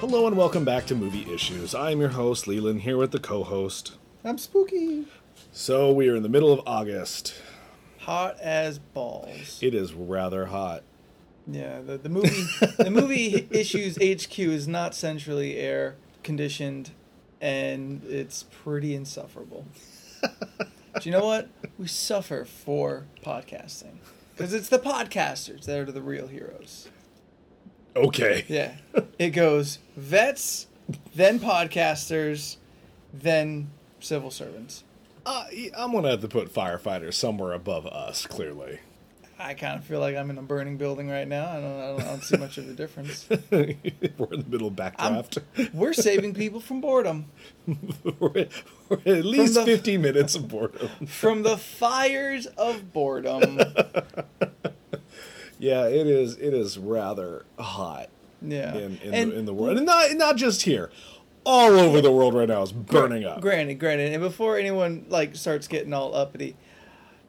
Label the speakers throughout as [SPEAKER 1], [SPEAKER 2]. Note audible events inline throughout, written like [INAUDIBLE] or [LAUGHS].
[SPEAKER 1] Hello and welcome back to Movie Issues. I am your host, Leland, here with the co host.
[SPEAKER 2] I'm spooky.
[SPEAKER 1] So, we are in the middle of August.
[SPEAKER 2] Hot as balls.
[SPEAKER 1] It is rather hot.
[SPEAKER 2] Yeah, the, the movie the movie issues HQ is not centrally air conditioned and it's pretty insufferable. Do you know what? We suffer for podcasting. Because it's the podcasters that are the real heroes.
[SPEAKER 1] Okay.
[SPEAKER 2] Yeah. It goes vets, then podcasters, then civil servants.
[SPEAKER 1] Uh, I'm going to have to put firefighters somewhere above us, clearly. [LAUGHS]
[SPEAKER 2] I kind of feel like I'm in a burning building right now. I don't, I don't, I don't see much of a difference.
[SPEAKER 1] We're in the middle of backdraft.
[SPEAKER 2] We're saving people from boredom,
[SPEAKER 1] [LAUGHS] we're, at- we're at at least
[SPEAKER 2] the-
[SPEAKER 1] 15 minutes of boredom.
[SPEAKER 2] from the fires
[SPEAKER 1] [LAUGHS]
[SPEAKER 2] of boredom.
[SPEAKER 1] Yeah, it is. It is rather hot
[SPEAKER 2] Yeah.
[SPEAKER 1] in, in,
[SPEAKER 2] and
[SPEAKER 1] the, in the world, and not not just here. All over the world right now is burning up.
[SPEAKER 2] granted, granted, and before anyone like starts getting all uppity,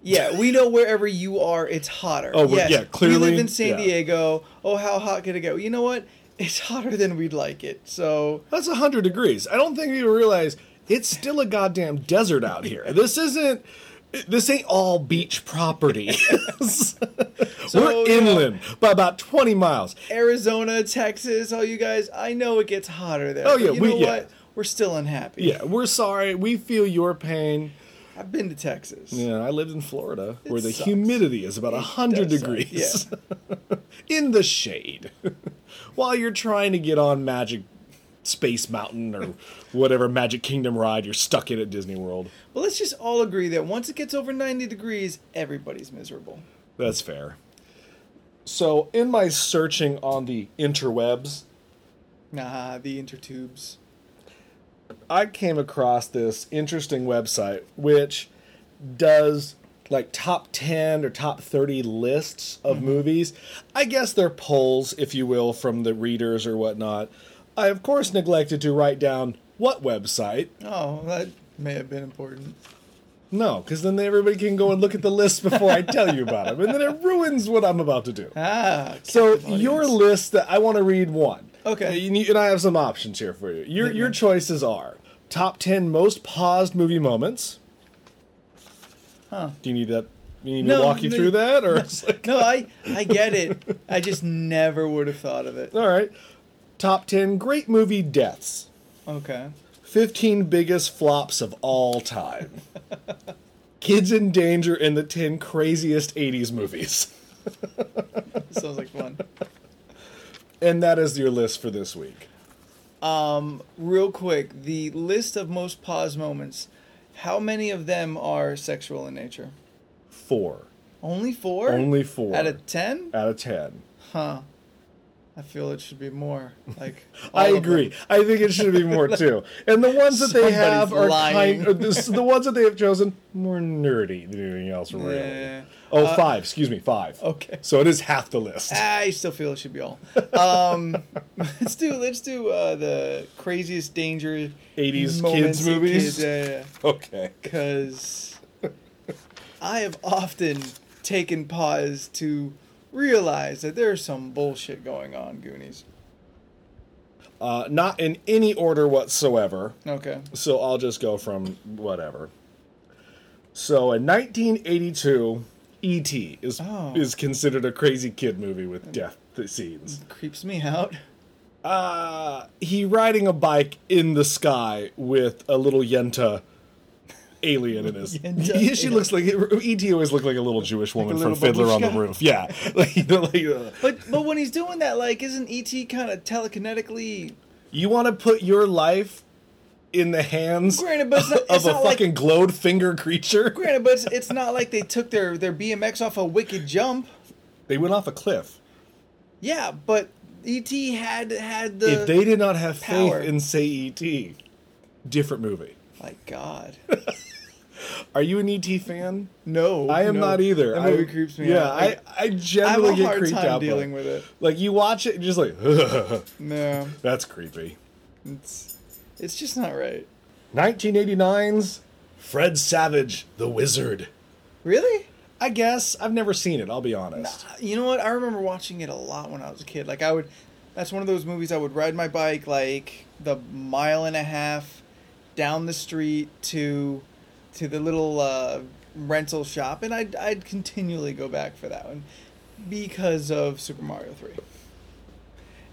[SPEAKER 2] yeah, we know wherever you are, it's hotter.
[SPEAKER 1] Oh, well, yeah,
[SPEAKER 2] We
[SPEAKER 1] clearly,
[SPEAKER 2] live in San
[SPEAKER 1] yeah.
[SPEAKER 2] Diego. Oh, how hot could it get? You know what? It's hotter than we'd like it. So
[SPEAKER 1] That's 100 degrees. I don't think people realize it's still a goddamn desert out here. This isn't. This ain't all beach property. [LAUGHS] We're
[SPEAKER 2] yeah.
[SPEAKER 1] inland by about 20 miles.
[SPEAKER 2] Arizona, Texas, all you guys, I know it gets hotter there.
[SPEAKER 1] Oh,
[SPEAKER 2] but
[SPEAKER 1] yeah,
[SPEAKER 2] you
[SPEAKER 1] we-
[SPEAKER 2] know
[SPEAKER 1] yeah.
[SPEAKER 2] what? We're still unhappy.
[SPEAKER 1] Yeah, we're sorry. We feel your pain.
[SPEAKER 2] I've been to Texas.
[SPEAKER 1] Yeah, I lived in Florida where the
[SPEAKER 2] sucks.
[SPEAKER 1] humidity is about 100
[SPEAKER 2] does suck,
[SPEAKER 1] degrees. [LAUGHS] in the shade. [LAUGHS] While you're trying to get on Magic Space Mountain or whatever Magic Kingdom ride you're stuck in at Disney World.
[SPEAKER 2] Well, let's just all agree that once it gets over 90 degrees, everybody's miserable.
[SPEAKER 1] That's fair. So, in my searching on the interwebs,
[SPEAKER 2] Nah, the intertubes.
[SPEAKER 1] I came across this interesting website which does like top 10 or top 30 lists of movies. I guess they're polls, if you will, from the readers or whatnot. I, of course, neglected to write down what website.
[SPEAKER 2] Oh, that may have been important.
[SPEAKER 1] No, because then everybody can go and look at the list before I tell you about them, and then it ruins what I'm about to do.
[SPEAKER 2] Ah,
[SPEAKER 1] So
[SPEAKER 2] captive audience.
[SPEAKER 1] your list that I want to read one.
[SPEAKER 2] Okay.
[SPEAKER 1] And, you- and I have some options here for you. Your your choices are top ten most paused movie moments. Huh. Do you need that? You need me to
[SPEAKER 2] No,
[SPEAKER 1] walk you
[SPEAKER 2] no,
[SPEAKER 1] through that, or it's like,
[SPEAKER 2] No, I, I get it. I just never would have thought of it.
[SPEAKER 1] all right? Top ten great movie deaths.
[SPEAKER 2] Okay.
[SPEAKER 1] Fifteen biggest flops of all
[SPEAKER 2] [LAUGHS]
[SPEAKER 1] time. Kids in Danger and the ten craziest '80s movies.
[SPEAKER 2] Sounds like fun.
[SPEAKER 1] And that is your list for this week.
[SPEAKER 2] Real quick, the list of most pause moments, how many of them are sexual in nature?
[SPEAKER 1] Four
[SPEAKER 2] Only four?
[SPEAKER 1] Only four.
[SPEAKER 2] Out of ten?
[SPEAKER 1] out of ten.
[SPEAKER 2] Huh. I feel it should be more. Like
[SPEAKER 1] [LAUGHS] I
[SPEAKER 2] all of them.
[SPEAKER 1] agree. I think it should be more too. And the ones that they have are
[SPEAKER 2] Somebody's lying.
[SPEAKER 1] kind. Or this, the ones that they have chosen more nerdy than anything else, really.
[SPEAKER 2] Yeah. Uh,
[SPEAKER 1] Oh, five. Excuse me, five.
[SPEAKER 2] okay.
[SPEAKER 1] So it is half the list.
[SPEAKER 2] [LAUGHS] Ah, I still feel it should be all. Um, [LAUGHS] let's do let's do uh, the craziest danger
[SPEAKER 1] 80s
[SPEAKER 2] moments
[SPEAKER 1] kids
[SPEAKER 2] in
[SPEAKER 1] movies?
[SPEAKER 2] yeah,
[SPEAKER 1] [LAUGHS] Okay.
[SPEAKER 2] because I have often taken pause to realize that there's some bullshit going on, Goonies.
[SPEAKER 1] Uh, not in any order whatsoever.
[SPEAKER 2] Okay,
[SPEAKER 1] So I'll just go from whatever. So in 1982, E.T. is
[SPEAKER 2] Oh.
[SPEAKER 1] is considered a crazy kid movie with death scenes.
[SPEAKER 2] creeps me out.
[SPEAKER 1] uh, he riding a bike in the sky with a little yenta alien in his.
[SPEAKER 2] [LAUGHS] Yenta
[SPEAKER 1] Yeah, she
[SPEAKER 2] alien.
[SPEAKER 1] looks like Et always looked like a little Jewish woman
[SPEAKER 2] little
[SPEAKER 1] from Fiddler on the
[SPEAKER 2] babushka.
[SPEAKER 1] Roof. Yeah, [LAUGHS] like, you know, like, uh,
[SPEAKER 2] But but when he's doing that, like, isn't ET kind of telekinetically?
[SPEAKER 1] you want to put your life in the hands
[SPEAKER 2] Granted, but it's not,
[SPEAKER 1] of
[SPEAKER 2] it's
[SPEAKER 1] a
[SPEAKER 2] not like
[SPEAKER 1] fucking glowed finger creature.
[SPEAKER 2] Granted, but it's, it's not like they took their, their BMX off a wicked jump.
[SPEAKER 1] They went off a cliff.
[SPEAKER 2] Yeah, but ET had had the
[SPEAKER 1] if they did not have
[SPEAKER 2] power.
[SPEAKER 1] faith in say Et, different movie.
[SPEAKER 2] my God.
[SPEAKER 1] Are you an Et fan?
[SPEAKER 2] No,
[SPEAKER 1] I am
[SPEAKER 2] no.
[SPEAKER 1] not either.
[SPEAKER 2] That
[SPEAKER 1] I-
[SPEAKER 2] movie creeps me
[SPEAKER 1] yeah,
[SPEAKER 2] out. Like,
[SPEAKER 1] I, I
[SPEAKER 2] I have
[SPEAKER 1] generally
[SPEAKER 2] a
[SPEAKER 1] get
[SPEAKER 2] hard
[SPEAKER 1] creeped
[SPEAKER 2] time
[SPEAKER 1] out
[SPEAKER 2] dealing
[SPEAKER 1] by,
[SPEAKER 2] with it.
[SPEAKER 1] Like you watch it, and you're just like [LAUGHS]
[SPEAKER 2] No,
[SPEAKER 1] that's creepy.
[SPEAKER 2] it's it's just not right.
[SPEAKER 1] 1989's Fred Savage, the Wizard.
[SPEAKER 2] Really?
[SPEAKER 1] I guess I've never seen it. I'll be honest.
[SPEAKER 2] You know what? I remember watching it a lot when I was a kid. Like I would, That's one of those movies I would ride my bike like the mile and a half down the street to to the little uh, rental shop, and I'd I'd continually go back for that one because of Super Mario Three.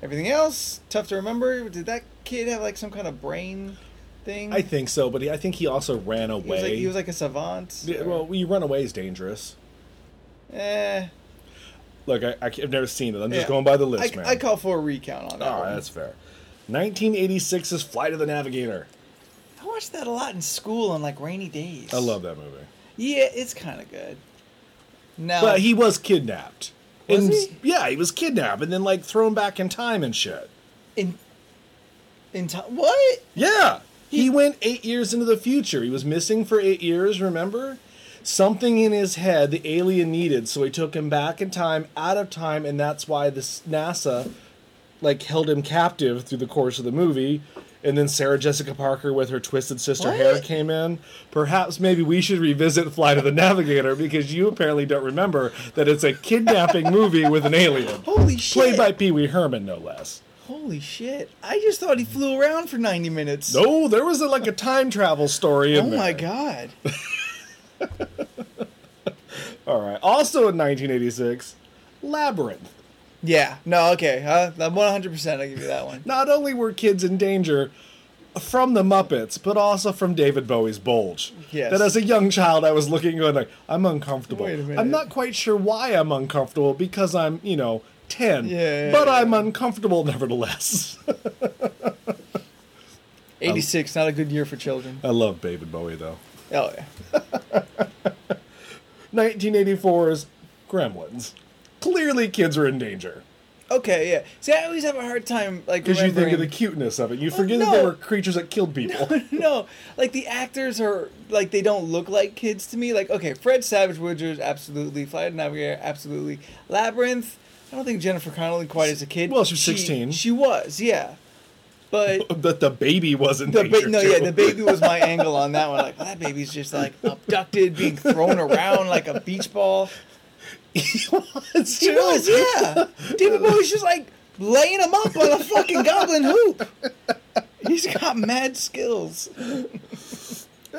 [SPEAKER 2] Everything else tough to remember. Did that kid have like some kind of brain thing?
[SPEAKER 1] I think so, but he, I think he also ran away.
[SPEAKER 2] he was like, he was like a savant.
[SPEAKER 1] Yeah,
[SPEAKER 2] or-
[SPEAKER 1] well, you run away is dangerous.
[SPEAKER 2] eh,
[SPEAKER 1] Look, I, I, have never seen it. I'm just
[SPEAKER 2] Yeah.
[SPEAKER 1] going by the
[SPEAKER 2] I,
[SPEAKER 1] list, man.
[SPEAKER 2] I call for a recount on that.
[SPEAKER 1] oh,
[SPEAKER 2] one.
[SPEAKER 1] that's fair. 1986's Flight of the Navigator.
[SPEAKER 2] I watched that a lot in school on like rainy days.
[SPEAKER 1] I love that movie.
[SPEAKER 2] Yeah, it's kind of good. Now,
[SPEAKER 1] But he was kidnapped.
[SPEAKER 2] Was
[SPEAKER 1] And-
[SPEAKER 2] he?
[SPEAKER 1] Yeah, he was kidnapped and then like thrown back in time and shit.
[SPEAKER 2] in in time, what?
[SPEAKER 1] Yeah. He, went eight years into the future. He was missing for eight years, remember? Something in his head the alien needed, so he took him back in time, out of time, and that's why this NASA like held him captive through the course of the movie. And then Sarah Jessica Parker with her twisted sister
[SPEAKER 2] What?
[SPEAKER 1] hair came in. Perhaps maybe we should revisit Flight of the Navigator because you apparently don't remember that it's a kidnapping movie with an alien.
[SPEAKER 2] Holy shit!
[SPEAKER 1] Played by Pee Wee Herman, no less.
[SPEAKER 2] Holy shit! I just thought he flew around for ninety minutes.
[SPEAKER 1] No, there was a, like a time travel story in
[SPEAKER 2] Oh my
[SPEAKER 1] there.
[SPEAKER 2] god! [LAUGHS]
[SPEAKER 1] All right. Also in 1986, Labyrinth.
[SPEAKER 2] Yeah. No. Okay. Huh? I'm one hundred percent. I give you
[SPEAKER 1] [LAUGHS]
[SPEAKER 2] that one.
[SPEAKER 1] Not only were kids in danger from the Muppets, but also from David Bowie's Bulge.
[SPEAKER 2] Yes.
[SPEAKER 1] That as a young child, I was looking and going like, I'm uncomfortable.
[SPEAKER 2] Wait a minute.
[SPEAKER 1] I'm not quite sure why I'm uncomfortable because I'm, you know, 10.
[SPEAKER 2] Yeah.
[SPEAKER 1] But I'm uncomfortable nevertheless. [LAUGHS]
[SPEAKER 2] Eighty six. Not a good year for children.
[SPEAKER 1] I love David Bowie though.
[SPEAKER 2] Oh yeah.
[SPEAKER 1] 1984's Gremlins. Clearly, kids are in danger
[SPEAKER 2] Okay. Yeah. See, I always have a hard time like
[SPEAKER 1] because you think of
[SPEAKER 2] remembering-
[SPEAKER 1] the cuteness of it. You forget that
[SPEAKER 2] no.
[SPEAKER 1] there were creatures that killed people. [LAUGHS]
[SPEAKER 2] [LAUGHS] no, like the actors are like they don't look like kids to me. Like okay, Fred Savage Woods absolutely, Flight of the Navigator absolutely, Labyrinth. I don't think Jennifer Connelly quite as a kid.
[SPEAKER 1] Well, she was 16.
[SPEAKER 2] She was, yeah.
[SPEAKER 1] [LAUGHS]
[SPEAKER 2] But
[SPEAKER 1] that the baby was in
[SPEAKER 2] the
[SPEAKER 1] danger.
[SPEAKER 2] ba- no, yeah,
[SPEAKER 1] too.
[SPEAKER 2] the baby was my angle on that one. Like that baby's
[SPEAKER 1] [LAUGHS]
[SPEAKER 2] just like abducted, being thrown around like a beach ball.
[SPEAKER 1] He was,
[SPEAKER 2] She
[SPEAKER 1] too.
[SPEAKER 2] was, yeah. David Bowie's just like laying him up on a fucking goblin hoop. He's got mad skills.
[SPEAKER 1] Yeah,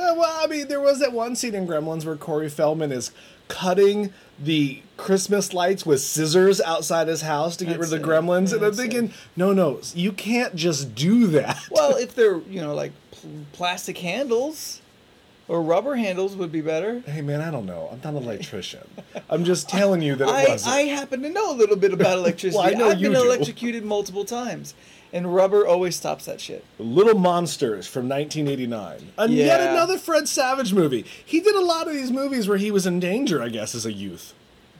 [SPEAKER 1] uh, well, I mean, there was that one scene in Gremlins where Corey Feldman is cutting the Christmas lights with scissors outside his house to get
[SPEAKER 2] That's
[SPEAKER 1] rid of the
[SPEAKER 2] it.
[SPEAKER 1] gremlins, and I'm
[SPEAKER 2] That's
[SPEAKER 1] thinking, no, no, you can't just do that.
[SPEAKER 2] Well, if they're you know like pl- plastic handles or rubber handles would be better.
[SPEAKER 1] Hey, man, I don't know. I'm not an electrician. I'm just telling you that it
[SPEAKER 2] I,
[SPEAKER 1] wasn't.
[SPEAKER 2] I happen to know a little bit
[SPEAKER 1] [LAUGHS]
[SPEAKER 2] about electricity.
[SPEAKER 1] Well, I know
[SPEAKER 2] have
[SPEAKER 1] you
[SPEAKER 2] been
[SPEAKER 1] do.
[SPEAKER 2] electrocuted multiple times, and rubber always stops that shit.
[SPEAKER 1] Little Monsters from 1989, and yet
[SPEAKER 2] Yeah.
[SPEAKER 1] another Fred Savage movie. He did a lot of these movies where he was in danger, I guess, as a youth.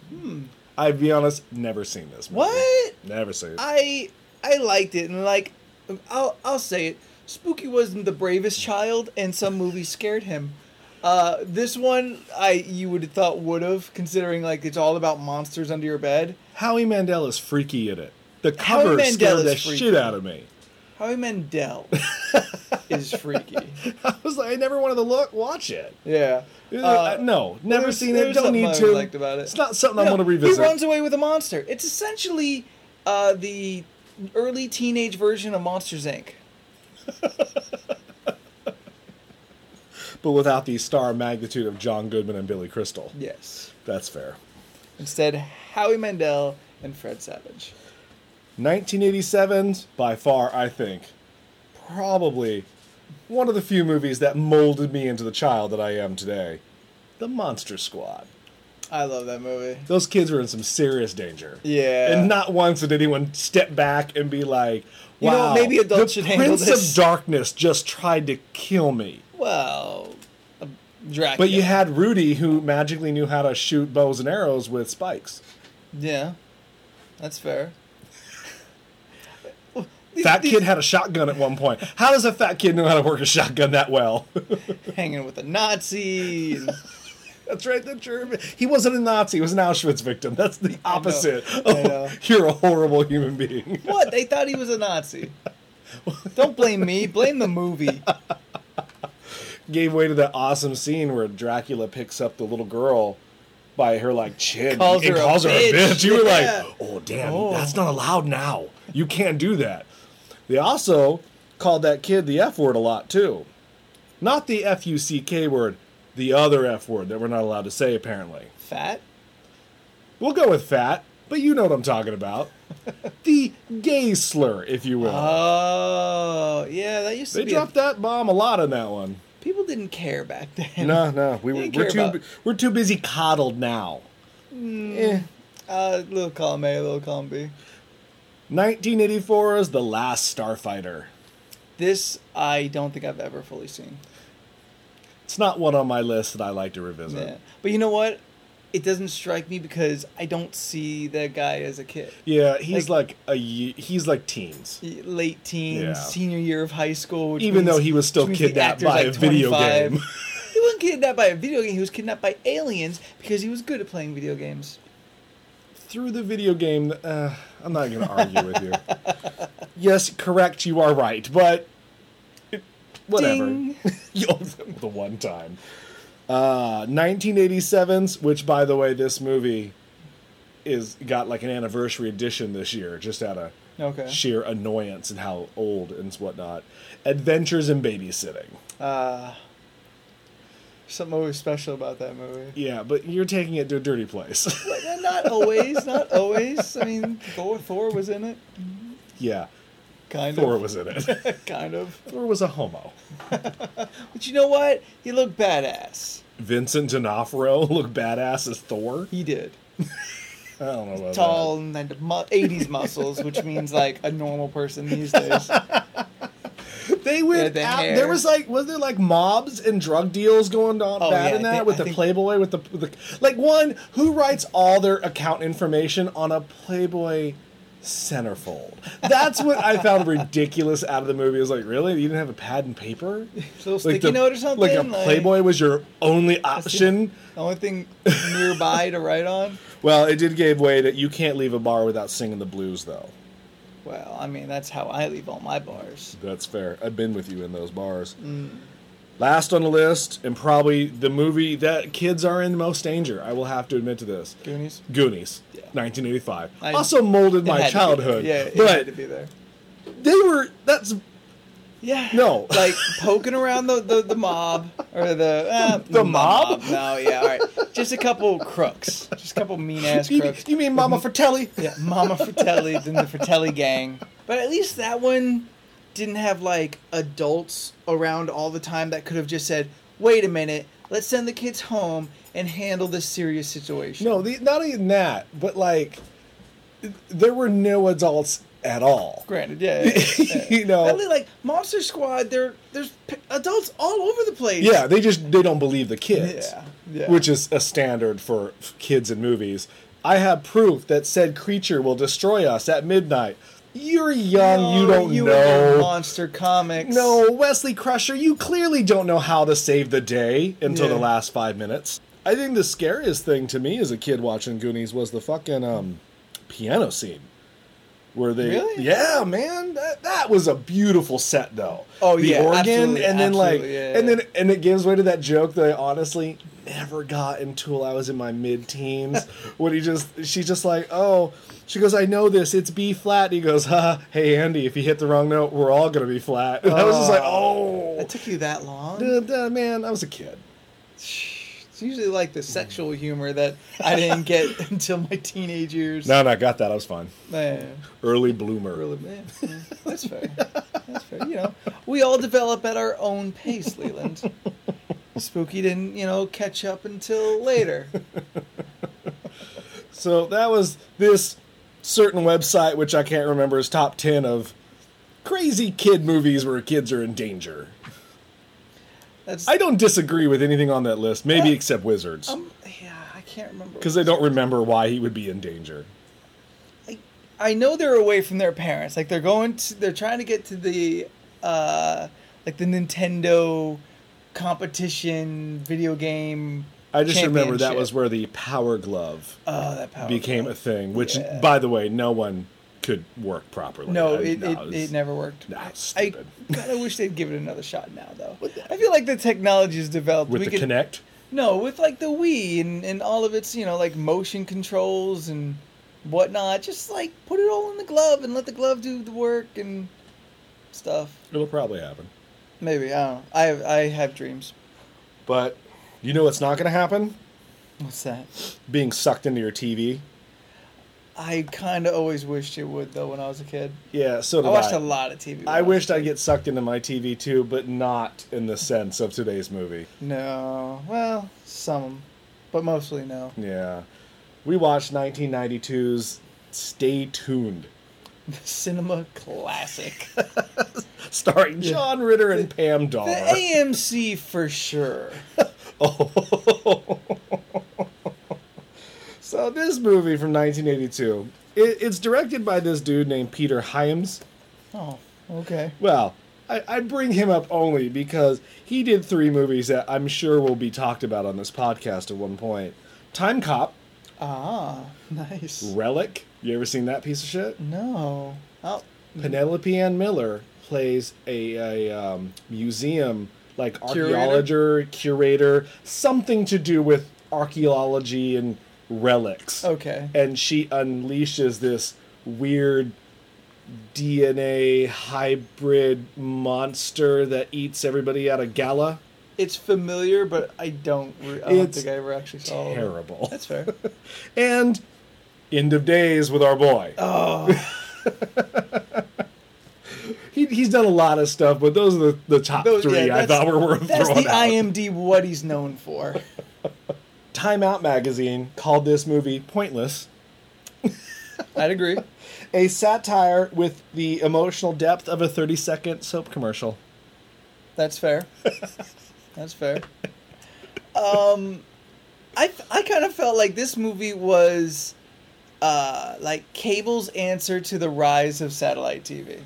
[SPEAKER 1] Hmm. I'd be honest, never seen this. Movie.
[SPEAKER 2] What?
[SPEAKER 1] Never seen. it.
[SPEAKER 2] I I liked it, and like I'll I'll say it. Spooky wasn't the bravest child, and some movies scared him. Uh, this one I you would have thought would have, considering like it's all about monsters under your bed.
[SPEAKER 1] Howie Mandel is freaky in it. The
[SPEAKER 2] Howie
[SPEAKER 1] cover
[SPEAKER 2] Mandel
[SPEAKER 1] scared the
[SPEAKER 2] is freaky.
[SPEAKER 1] shit out of me. [LAUGHS]
[SPEAKER 2] Howie Mandel is freaky.
[SPEAKER 1] I was like, I never wanted to look watch it.
[SPEAKER 2] Yeah.
[SPEAKER 1] Uh, no, never
[SPEAKER 2] there's-
[SPEAKER 1] seen it.
[SPEAKER 2] there's
[SPEAKER 1] Don't
[SPEAKER 2] something
[SPEAKER 1] need
[SPEAKER 2] I
[SPEAKER 1] to.
[SPEAKER 2] liked about it.
[SPEAKER 1] It's not something I
[SPEAKER 2] No,
[SPEAKER 1] want to revisit.
[SPEAKER 2] He runs away with a monster. It's essentially uh, the early teenage version of Monsters Inc.
[SPEAKER 1] But without the star magnitude of John Goodman and Billy Crystal.
[SPEAKER 2] Yes.
[SPEAKER 1] That's fair.
[SPEAKER 2] Instead, Howie Mandel and Fred Savage.
[SPEAKER 1] 1987's by far, I think, probably one of the few movies that molded me into the child that I am today. The Monster Squad.
[SPEAKER 2] I love that movie.
[SPEAKER 1] Those kids were in some serious danger.
[SPEAKER 2] Yeah.
[SPEAKER 1] And not once did anyone step back and be like,
[SPEAKER 2] You know,
[SPEAKER 1] wow,
[SPEAKER 2] maybe adults
[SPEAKER 1] the
[SPEAKER 2] should handle
[SPEAKER 1] Prince
[SPEAKER 2] this."
[SPEAKER 1] of Darkness just tried to kill me.
[SPEAKER 2] Well, uh, Dracula.
[SPEAKER 1] But you had Rudy who magically knew how to shoot bows and arrows with spikes.
[SPEAKER 2] Yeah. That's fair.
[SPEAKER 1] Fat kid had a shotgun at one point. How does a fat kid know how to work a shotgun that well? [LAUGHS]
[SPEAKER 2] Hanging with a Nazi. and-
[SPEAKER 1] That's right, the German. He wasn't a Nazi, he was an Auschwitz victim. That's the opposite.
[SPEAKER 2] I know.
[SPEAKER 1] of [LAUGHS] You're a horrible human being.
[SPEAKER 2] What? They thought he was a Nazi. Don't blame me. Blame the movie.
[SPEAKER 1] Gave way to that awesome scene where Dracula picks up the little girl by her like chin
[SPEAKER 2] Calls
[SPEAKER 1] and
[SPEAKER 2] her a
[SPEAKER 1] calls her a
[SPEAKER 2] bitch.
[SPEAKER 1] bitch. You were
[SPEAKER 2] Yeah.
[SPEAKER 1] like, oh damn,
[SPEAKER 2] Oh.
[SPEAKER 1] that's not allowed now. You can't do that. They also called that kid the F word a lot too. Not the F U C K word, the other F word that we're not allowed to say apparently. [LAUGHS]
[SPEAKER 2] Fat?
[SPEAKER 1] We'll go with fat, but you know what I'm talking about.
[SPEAKER 2] [LAUGHS]
[SPEAKER 1] the gay slur, if you will.
[SPEAKER 2] Oh, Uh, yeah, that used to
[SPEAKER 1] they
[SPEAKER 2] be. a-
[SPEAKER 1] dropped that bomb a lot on that one.
[SPEAKER 2] people didn't care back then. [LAUGHS]
[SPEAKER 1] No, no, we were,
[SPEAKER 2] didn't
[SPEAKER 1] we're
[SPEAKER 2] care
[SPEAKER 1] too
[SPEAKER 2] about-
[SPEAKER 1] bu- we're too busy coddled now. Eh.
[SPEAKER 2] Uh, little column A, little column B.
[SPEAKER 1] 1984 is the last Starfighter.
[SPEAKER 2] This I don't think I've ever fully seen.
[SPEAKER 1] It's not one on my list that I like to revisit.
[SPEAKER 2] Yeah. But you know what? It doesn't strike me because I don't see that guy as a kid.
[SPEAKER 1] Yeah, he's like, a ye- he's like teens.
[SPEAKER 2] Late teens,
[SPEAKER 1] Yeah.
[SPEAKER 2] senior year of high school. which
[SPEAKER 1] Even though
[SPEAKER 2] means-
[SPEAKER 1] he was still
[SPEAKER 2] which means the
[SPEAKER 1] kidnapped
[SPEAKER 2] actor's
[SPEAKER 1] by
[SPEAKER 2] like
[SPEAKER 1] a video
[SPEAKER 2] 25.
[SPEAKER 1] game. [LAUGHS]
[SPEAKER 2] he wasn't kidnapped by a video game. He was kidnapped by aliens because he was good at playing video games.
[SPEAKER 1] Through the video game, uh, I'm not going to argue with you. [LAUGHS] Yes, correct, you are right, but it- whatever. [LAUGHS]
[SPEAKER 2] Ding.
[SPEAKER 1] You- the one time. Uh, 1987's, which by the way, this movie is got like an anniversary edition this year, just out of
[SPEAKER 2] Okay.
[SPEAKER 1] sheer annoyance and how old and whatnot. Adventures in Babysitting.
[SPEAKER 2] Uh, something always special about that movie.
[SPEAKER 1] Yeah, but you're taking it to a dirty place. [LAUGHS]
[SPEAKER 2] But uh, not always, not always. I mean, Thor, Thor was in it.
[SPEAKER 1] yeah,
[SPEAKER 2] Kind
[SPEAKER 1] Thor
[SPEAKER 2] of.
[SPEAKER 1] was in it. [LAUGHS]
[SPEAKER 2] [LAUGHS] kind of.
[SPEAKER 1] Thor was a homo.
[SPEAKER 2] But you know what? He looked badass.
[SPEAKER 1] Vincent D'Onofrio looked badass as Thor.
[SPEAKER 2] He did.
[SPEAKER 1] I don't know about
[SPEAKER 2] Tall and had mu- 80s
[SPEAKER 1] [LAUGHS]
[SPEAKER 2] muscles, which means like a normal person these days.
[SPEAKER 1] that. They went
[SPEAKER 2] the
[SPEAKER 1] out.
[SPEAKER 2] hair.
[SPEAKER 1] There was like, was there like mobs and drug deals going on
[SPEAKER 2] Oh,
[SPEAKER 1] bad
[SPEAKER 2] yeah,
[SPEAKER 1] in
[SPEAKER 2] I
[SPEAKER 1] that
[SPEAKER 2] think-
[SPEAKER 1] with
[SPEAKER 2] I
[SPEAKER 1] the
[SPEAKER 2] think-
[SPEAKER 1] Playboy with the, with the like one who writes all their account information on a Playboy centerfold. That's what I found ridiculous out of the movie. I was like, really? You didn't have a pad and
[SPEAKER 2] [LAUGHS]
[SPEAKER 1] paper?
[SPEAKER 2] So sticky note or something.
[SPEAKER 1] Like a
[SPEAKER 2] [LAUGHS]
[SPEAKER 1] Playboy [LAUGHS] was your only option.
[SPEAKER 2] The only thing nearby to write on.
[SPEAKER 1] Well, it did give way that you can't leave a bar without singing the blues, though.
[SPEAKER 2] Well, I mean, that's how I leave all my bars.
[SPEAKER 1] That's fair. I've been with you in those bars. Last on the list, and probably the movie that kids are in most danger. I will have to admit to this.
[SPEAKER 2] Goonies.
[SPEAKER 1] Goonies,
[SPEAKER 2] Yeah.
[SPEAKER 1] 1985.
[SPEAKER 2] I-
[SPEAKER 1] also molded
[SPEAKER 2] It
[SPEAKER 1] my
[SPEAKER 2] had to be there.
[SPEAKER 1] childhood.
[SPEAKER 2] Yeah, it
[SPEAKER 1] but
[SPEAKER 2] had to be there.
[SPEAKER 1] they were. That's
[SPEAKER 2] Yeah.
[SPEAKER 1] No.
[SPEAKER 2] [LAUGHS] Like poking around the, the, the mob or the uh,
[SPEAKER 1] The mob?
[SPEAKER 2] No, yeah, all right. Just a couple crooks. Just a couple mean ass
[SPEAKER 1] you,
[SPEAKER 2] crooks.
[SPEAKER 1] you mean Mama Fratelli?
[SPEAKER 2] Yeah, Mama Fratelli, then the Fratelli gang. But at least that one didn't have like adults around all the time that could have just said, "Wait a minute, let's send the kids home and handle this serious situation."
[SPEAKER 1] No, the, not even that, but like there were no adults at all.
[SPEAKER 2] Granted, yeah, yeah, yeah.
[SPEAKER 1] [LAUGHS] You know.
[SPEAKER 2] But like Monster Squad, there there's p- adults all over the place.
[SPEAKER 1] Yeah, they just they don't believe the kids.
[SPEAKER 2] Yeah, yeah.
[SPEAKER 1] Which is a standard for kids in movies. I have proof that said creature will destroy us at midnight. You're young, you
[SPEAKER 2] Oh,
[SPEAKER 1] don't
[SPEAKER 2] you and your
[SPEAKER 1] know.
[SPEAKER 2] monster comics.
[SPEAKER 1] No, Wesley Crusher, you clearly don't know how to save the day until the
[SPEAKER 2] Yeah.
[SPEAKER 1] last 5 minutes. I think the scariest thing to me as a kid watching Goonies was the fucking um piano scene. Where they
[SPEAKER 2] Really?
[SPEAKER 1] Yeah, man. That, that was a beautiful set though.
[SPEAKER 2] Oh,
[SPEAKER 1] the
[SPEAKER 2] yeah,
[SPEAKER 1] organ
[SPEAKER 2] absolutely,
[SPEAKER 1] and then like
[SPEAKER 2] absolutely, yeah,
[SPEAKER 1] and
[SPEAKER 2] yeah.
[SPEAKER 1] then and it gives way to that joke that I honestly never got until I was in my mid [LAUGHS] teens. when he just she's just like, Oh she goes, I know this, it's B flat and he goes, Ha, hey Andy, if you hit the wrong note, we're all gonna be flat. And I was just like, Oh
[SPEAKER 2] It took you that long?
[SPEAKER 1] duh, duh, man, I was a kid.
[SPEAKER 2] It's usually like the sexual humor that I didn't get
[SPEAKER 1] [LAUGHS]
[SPEAKER 2] until my teenage years.
[SPEAKER 1] No, no, I got that, I was fine.
[SPEAKER 2] Man,
[SPEAKER 1] Early bloomer.
[SPEAKER 2] really, man, man, that's fair. That's fair. You know, we all develop at our own pace, Leland. Spooky didn't, you know, catch up until later.
[SPEAKER 1] So that was this certain website which I can't remember is top ten of crazy kid movies where kids are in danger.
[SPEAKER 2] That's
[SPEAKER 1] I don't disagree with anything on that list, maybe
[SPEAKER 2] Yeah.
[SPEAKER 1] except wizards.
[SPEAKER 2] um, yeah, I can't remember
[SPEAKER 1] because I don't remember why he would be in danger.
[SPEAKER 2] I, I know they're away from their parents. Like they're going to, they're trying to get to the, uh, like the Nintendo competition video game.
[SPEAKER 1] I just remember that
[SPEAKER 2] championship.
[SPEAKER 1] was where the power glove
[SPEAKER 2] oh that power
[SPEAKER 1] became a thing, which,
[SPEAKER 2] Yeah.
[SPEAKER 1] by the way, no one could work properly.
[SPEAKER 2] No,
[SPEAKER 1] I-
[SPEAKER 2] it, it,
[SPEAKER 1] was-
[SPEAKER 2] it never worked.
[SPEAKER 1] Nah, it's
[SPEAKER 2] I
[SPEAKER 1] stupid.
[SPEAKER 2] kind of wish they'd give it another shot now, though. I feel like the technology is developed.
[SPEAKER 1] With the
[SPEAKER 2] could-
[SPEAKER 1] Connect,
[SPEAKER 2] No, with like the Wii and, and all of its, you know, like motion controls and whatnot. Just like put it all in the glove and let the glove do the work and stuff.
[SPEAKER 1] It'll probably happen.
[SPEAKER 2] Maybe I don't know. I have, I have dreams.
[SPEAKER 1] But you know what's not going to happen?
[SPEAKER 2] What's that?
[SPEAKER 1] Being sucked into your TV.
[SPEAKER 2] I kind of always wished it would though when I was a kid.
[SPEAKER 1] Yeah, so did
[SPEAKER 2] I
[SPEAKER 1] I.
[SPEAKER 2] watched a lot of TV. when
[SPEAKER 1] I
[SPEAKER 2] was
[SPEAKER 1] wished
[SPEAKER 2] a
[SPEAKER 1] I'd
[SPEAKER 2] kid.
[SPEAKER 1] get sucked into my TV too, but not in the sense of today's movie.
[SPEAKER 2] No, well, some, but
[SPEAKER 1] [LAUGHS]
[SPEAKER 2] mostly no.
[SPEAKER 1] Yeah. We watched 1992's Stay Tuned,
[SPEAKER 2] Cinema
[SPEAKER 1] [LAUGHS]
[SPEAKER 2] classic.
[SPEAKER 1] starring
[SPEAKER 2] Yeah.
[SPEAKER 1] John Ritter and Pam
[SPEAKER 2] the
[SPEAKER 1] Dawler.
[SPEAKER 2] AMC for sure.
[SPEAKER 1] Oh. so this movie from 1982, it, it's directed by this dude named Peter Hyams.
[SPEAKER 2] Oh, okay.
[SPEAKER 1] Well, I, I bring him up only because he did three movies that I'm sure will be talked about on this podcast at one point. Time Cop,
[SPEAKER 2] Ah, nice.
[SPEAKER 1] Relic. You ever seen that piece of shit?
[SPEAKER 2] No. Oh,
[SPEAKER 1] Penelope Ann Miller plays a, a um, museum like
[SPEAKER 2] Curator?
[SPEAKER 1] archaeologist, curator, something to do with archaeology and relics.
[SPEAKER 2] okay.
[SPEAKER 1] And she unleashes this weird DNA hybrid monster that eats everybody at a gala.
[SPEAKER 2] It's familiar, but I don't. Re- I don't
[SPEAKER 1] It's
[SPEAKER 2] think I ever actually saw it.
[SPEAKER 1] Terrible. [LAUGHS]
[SPEAKER 2] That's fair.
[SPEAKER 1] And End of Days with our boy.
[SPEAKER 2] Oh,
[SPEAKER 1] He, he's done a lot of stuff, but those are the, the top
[SPEAKER 2] those-
[SPEAKER 1] three
[SPEAKER 2] yeah,
[SPEAKER 1] I
[SPEAKER 2] that's-
[SPEAKER 1] thought were worth
[SPEAKER 2] That's
[SPEAKER 1] throwing
[SPEAKER 2] the
[SPEAKER 1] out.
[SPEAKER 2] IMD what he's
[SPEAKER 1] [LAUGHS]
[SPEAKER 2] known for.
[SPEAKER 1] Time Out magazine called this movie pointless,
[SPEAKER 2] I'd agree.
[SPEAKER 1] a satire with the emotional depth of a 30 second soap commercial. [LAUGHS]
[SPEAKER 2] That's fair. That's fair. Um, I I kind of felt like this movie was, uh, like cable's answer to the rise of satellite TV.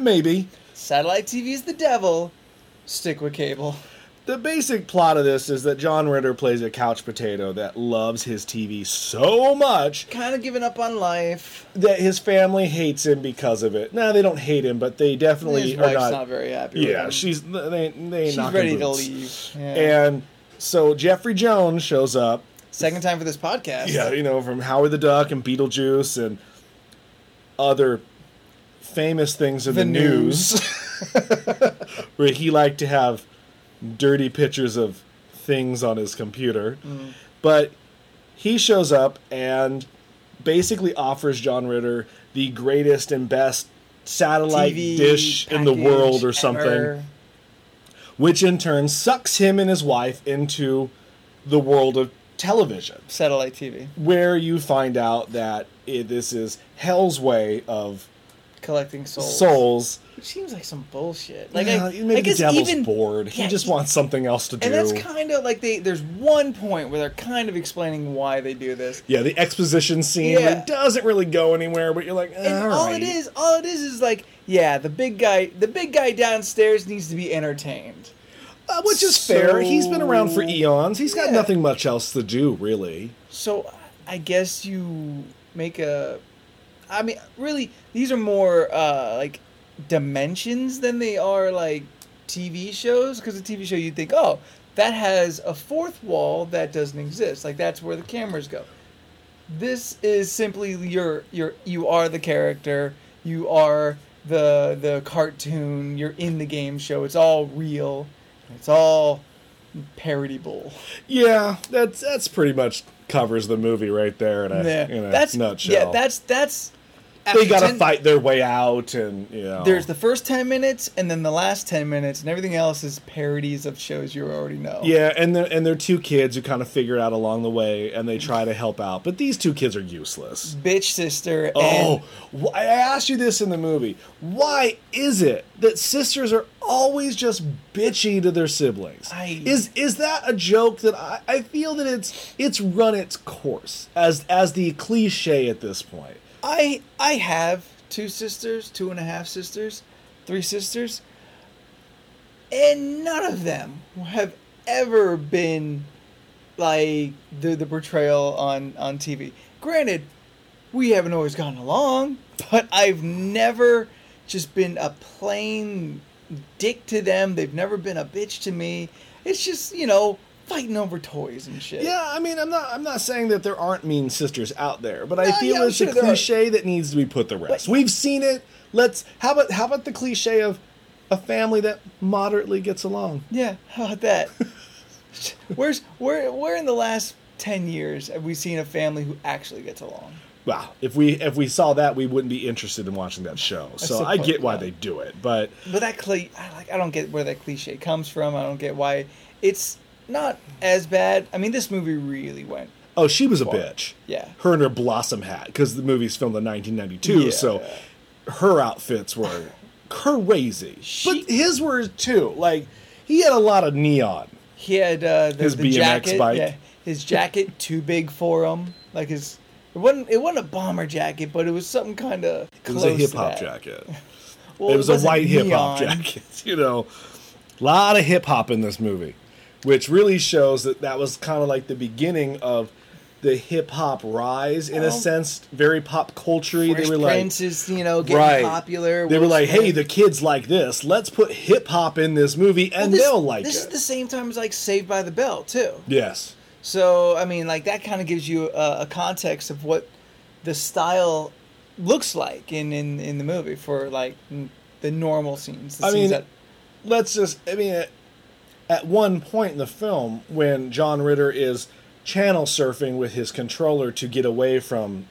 [SPEAKER 1] Maybe.
[SPEAKER 2] Satellite TV is the devil. Stick with cable.
[SPEAKER 1] The basic plot of this is that John Ritter plays a couch potato that loves his TV so much
[SPEAKER 2] Kind of giving up on life.
[SPEAKER 1] that his family hates him because of it. Now they don't hate him, but they definitely
[SPEAKER 2] His
[SPEAKER 1] are
[SPEAKER 2] wife's
[SPEAKER 1] not.
[SPEAKER 2] not, very happy. with
[SPEAKER 1] yeah,
[SPEAKER 2] him.
[SPEAKER 1] she's they they
[SPEAKER 2] she's
[SPEAKER 1] knocking
[SPEAKER 2] ready to
[SPEAKER 1] boots.
[SPEAKER 2] leave. Yeah.
[SPEAKER 1] And so Jeffrey Jones shows up
[SPEAKER 2] Second time for this podcast.
[SPEAKER 1] Yeah, you know, from Howard the Duck and Beetlejuice and other famous things in the,
[SPEAKER 2] The
[SPEAKER 1] news, [LAUGHS] where he liked to have dirty pictures of things on his computer. But he shows up and basically offers John Ritter the greatest and best satellite
[SPEAKER 2] TV
[SPEAKER 1] dish in the
[SPEAKER 2] package
[SPEAKER 1] world or something
[SPEAKER 2] ever.
[SPEAKER 1] which in turn sucks him and his wife into the world of television
[SPEAKER 2] Satellite TV.
[SPEAKER 1] where you find out that it, this is Hell's way of
[SPEAKER 2] Collecting souls.
[SPEAKER 1] souls.
[SPEAKER 2] Which seems like some bullshit. Like
[SPEAKER 1] Yeah,
[SPEAKER 2] I,
[SPEAKER 1] maybe
[SPEAKER 2] I guess
[SPEAKER 1] the devil's
[SPEAKER 2] even,
[SPEAKER 1] bored.
[SPEAKER 2] yeah,
[SPEAKER 1] he just
[SPEAKER 2] e-
[SPEAKER 1] wants something else to do.
[SPEAKER 2] And that's kind of like they. There's one point where they're kind of explaining why they do this.
[SPEAKER 1] yeah, the exposition scene
[SPEAKER 2] Yeah.
[SPEAKER 1] where it doesn't really go anywhere, but you're like,
[SPEAKER 2] And
[SPEAKER 1] all,
[SPEAKER 2] all
[SPEAKER 1] right.
[SPEAKER 2] it is, all it is, is like, yeah, the big guy, the big guy downstairs needs to be entertained.
[SPEAKER 1] Uh, which is fair. He's been around for
[SPEAKER 2] So-
[SPEAKER 1] eons. He's got
[SPEAKER 2] Yeah.
[SPEAKER 1] nothing much else to do, really.
[SPEAKER 2] So I guess you make a. I mean, really, these are more uh, like dimensions than they are like TV shows. Because a TV show, you'd think, oh, that has a fourth wall that doesn't exist. Like that's where the cameras go. This is simply your your you are the character. You are the the cartoon. You're in the game show. It's all real. It's all parodyable.
[SPEAKER 1] Yeah, that's that's pretty much covers the movie right there in [LAUGHS] a,
[SPEAKER 2] Yeah,
[SPEAKER 1] in a
[SPEAKER 2] that's
[SPEAKER 1] nutshell.
[SPEAKER 2] yeah, that's that's.
[SPEAKER 1] they
[SPEAKER 2] after
[SPEAKER 1] got to
[SPEAKER 2] 10
[SPEAKER 1] fight their way out, and you know,
[SPEAKER 2] There's the first ten minutes, and then the last ten minutes, and everything else is parodies of shows you already know.
[SPEAKER 1] Yeah, and they're, and they're two kids who kind of figure it out along the way, and they try to help out. But these two kids are useless.
[SPEAKER 2] bitch sister.
[SPEAKER 1] Oh,
[SPEAKER 2] and
[SPEAKER 1] wh- I asked you this in the movie. Why is it that sisters are always just bitchy to their siblings?
[SPEAKER 2] I-
[SPEAKER 1] Is is that a joke that I, I feel that it's it's run its course as as the cliche at this point.
[SPEAKER 2] I I have two sisters, two and a half sisters, three sisters, and none of them have ever been like the the portrayal on on TV. Granted, we haven't always gotten along, but I've never just been a plain dick to them. They've never been a bitch to me. It's just you know fighting over toys and shit.
[SPEAKER 1] Yeah, I mean, I'm not. I'm not saying that there aren't mean sisters out there, but I
[SPEAKER 2] No,
[SPEAKER 1] feel
[SPEAKER 2] yeah, I'm
[SPEAKER 1] it's
[SPEAKER 2] sure
[SPEAKER 1] a
[SPEAKER 2] there are.
[SPEAKER 1] cliche that needs to be put to rest. We've seen it. Let's. How about how about the cliche of a family that moderately gets along?
[SPEAKER 2] Yeah, [LAUGHS] how about that? Where's where where in the last ten years have we seen a family who actually gets along?
[SPEAKER 1] Wow. If we if we saw that, we wouldn't be interested in watching that show. So I
[SPEAKER 2] suppose
[SPEAKER 1] get why
[SPEAKER 2] not.
[SPEAKER 1] they do it, but
[SPEAKER 2] But that cli I like I don't get where that cliche comes from. I don't get why it's not as bad. I mean, this movie really went.
[SPEAKER 1] oh, she was a bitch.
[SPEAKER 2] Yeah.
[SPEAKER 1] Her and her blossom hat because the movie's filmed in 1992,
[SPEAKER 2] Yeah.
[SPEAKER 1] so her outfits
[SPEAKER 2] [SIGHS]
[SPEAKER 1] were crazy.
[SPEAKER 2] She-
[SPEAKER 1] but his were too. Like he had a lot of neon.
[SPEAKER 2] He had uh, the,
[SPEAKER 1] His
[SPEAKER 2] the
[SPEAKER 1] BMX
[SPEAKER 2] jacket,
[SPEAKER 1] bike.
[SPEAKER 2] Yeah,
[SPEAKER 1] [LAUGHS]
[SPEAKER 2] his jacket too big for him. Like his it wasn't it wasn't a bomber jacket, but it was something kind of
[SPEAKER 1] It
[SPEAKER 2] close.
[SPEAKER 1] was a
[SPEAKER 2] to
[SPEAKER 1] hip hop
[SPEAKER 2] that. [LAUGHS]
[SPEAKER 1] jacket.
[SPEAKER 2] Well,
[SPEAKER 1] it was a
[SPEAKER 2] wasn't
[SPEAKER 1] white hip hop
[SPEAKER 2] neon.
[SPEAKER 1] jacket. [LAUGHS] You know, a lot of hip hop in this movie, which really shows that that was kind of like the beginning of the hip hop rise in a
[SPEAKER 2] Well,
[SPEAKER 1] sense, very pop culture. They
[SPEAKER 2] Fresh
[SPEAKER 1] were like,
[SPEAKER 2] Prince is you know getting
[SPEAKER 1] right?
[SPEAKER 2] popular.
[SPEAKER 1] They were
[SPEAKER 2] Will
[SPEAKER 1] like, hey,
[SPEAKER 2] Smith.
[SPEAKER 1] the kids like this. Let's put hip hop in this movie, and
[SPEAKER 2] Well, this-
[SPEAKER 1] they'll like
[SPEAKER 2] This is
[SPEAKER 1] it.
[SPEAKER 2] the same time as like Saved by the Bell too.
[SPEAKER 1] yes,
[SPEAKER 2] So I mean, like that kind of gives you a, a context of what the style looks like in in in the movie for like n- the normal scenes. The
[SPEAKER 1] I mean,
[SPEAKER 2] scenes that,
[SPEAKER 1] let's just. I mean, at, at one point in the film, when John Ritter is channel surfing with his controller to get away from,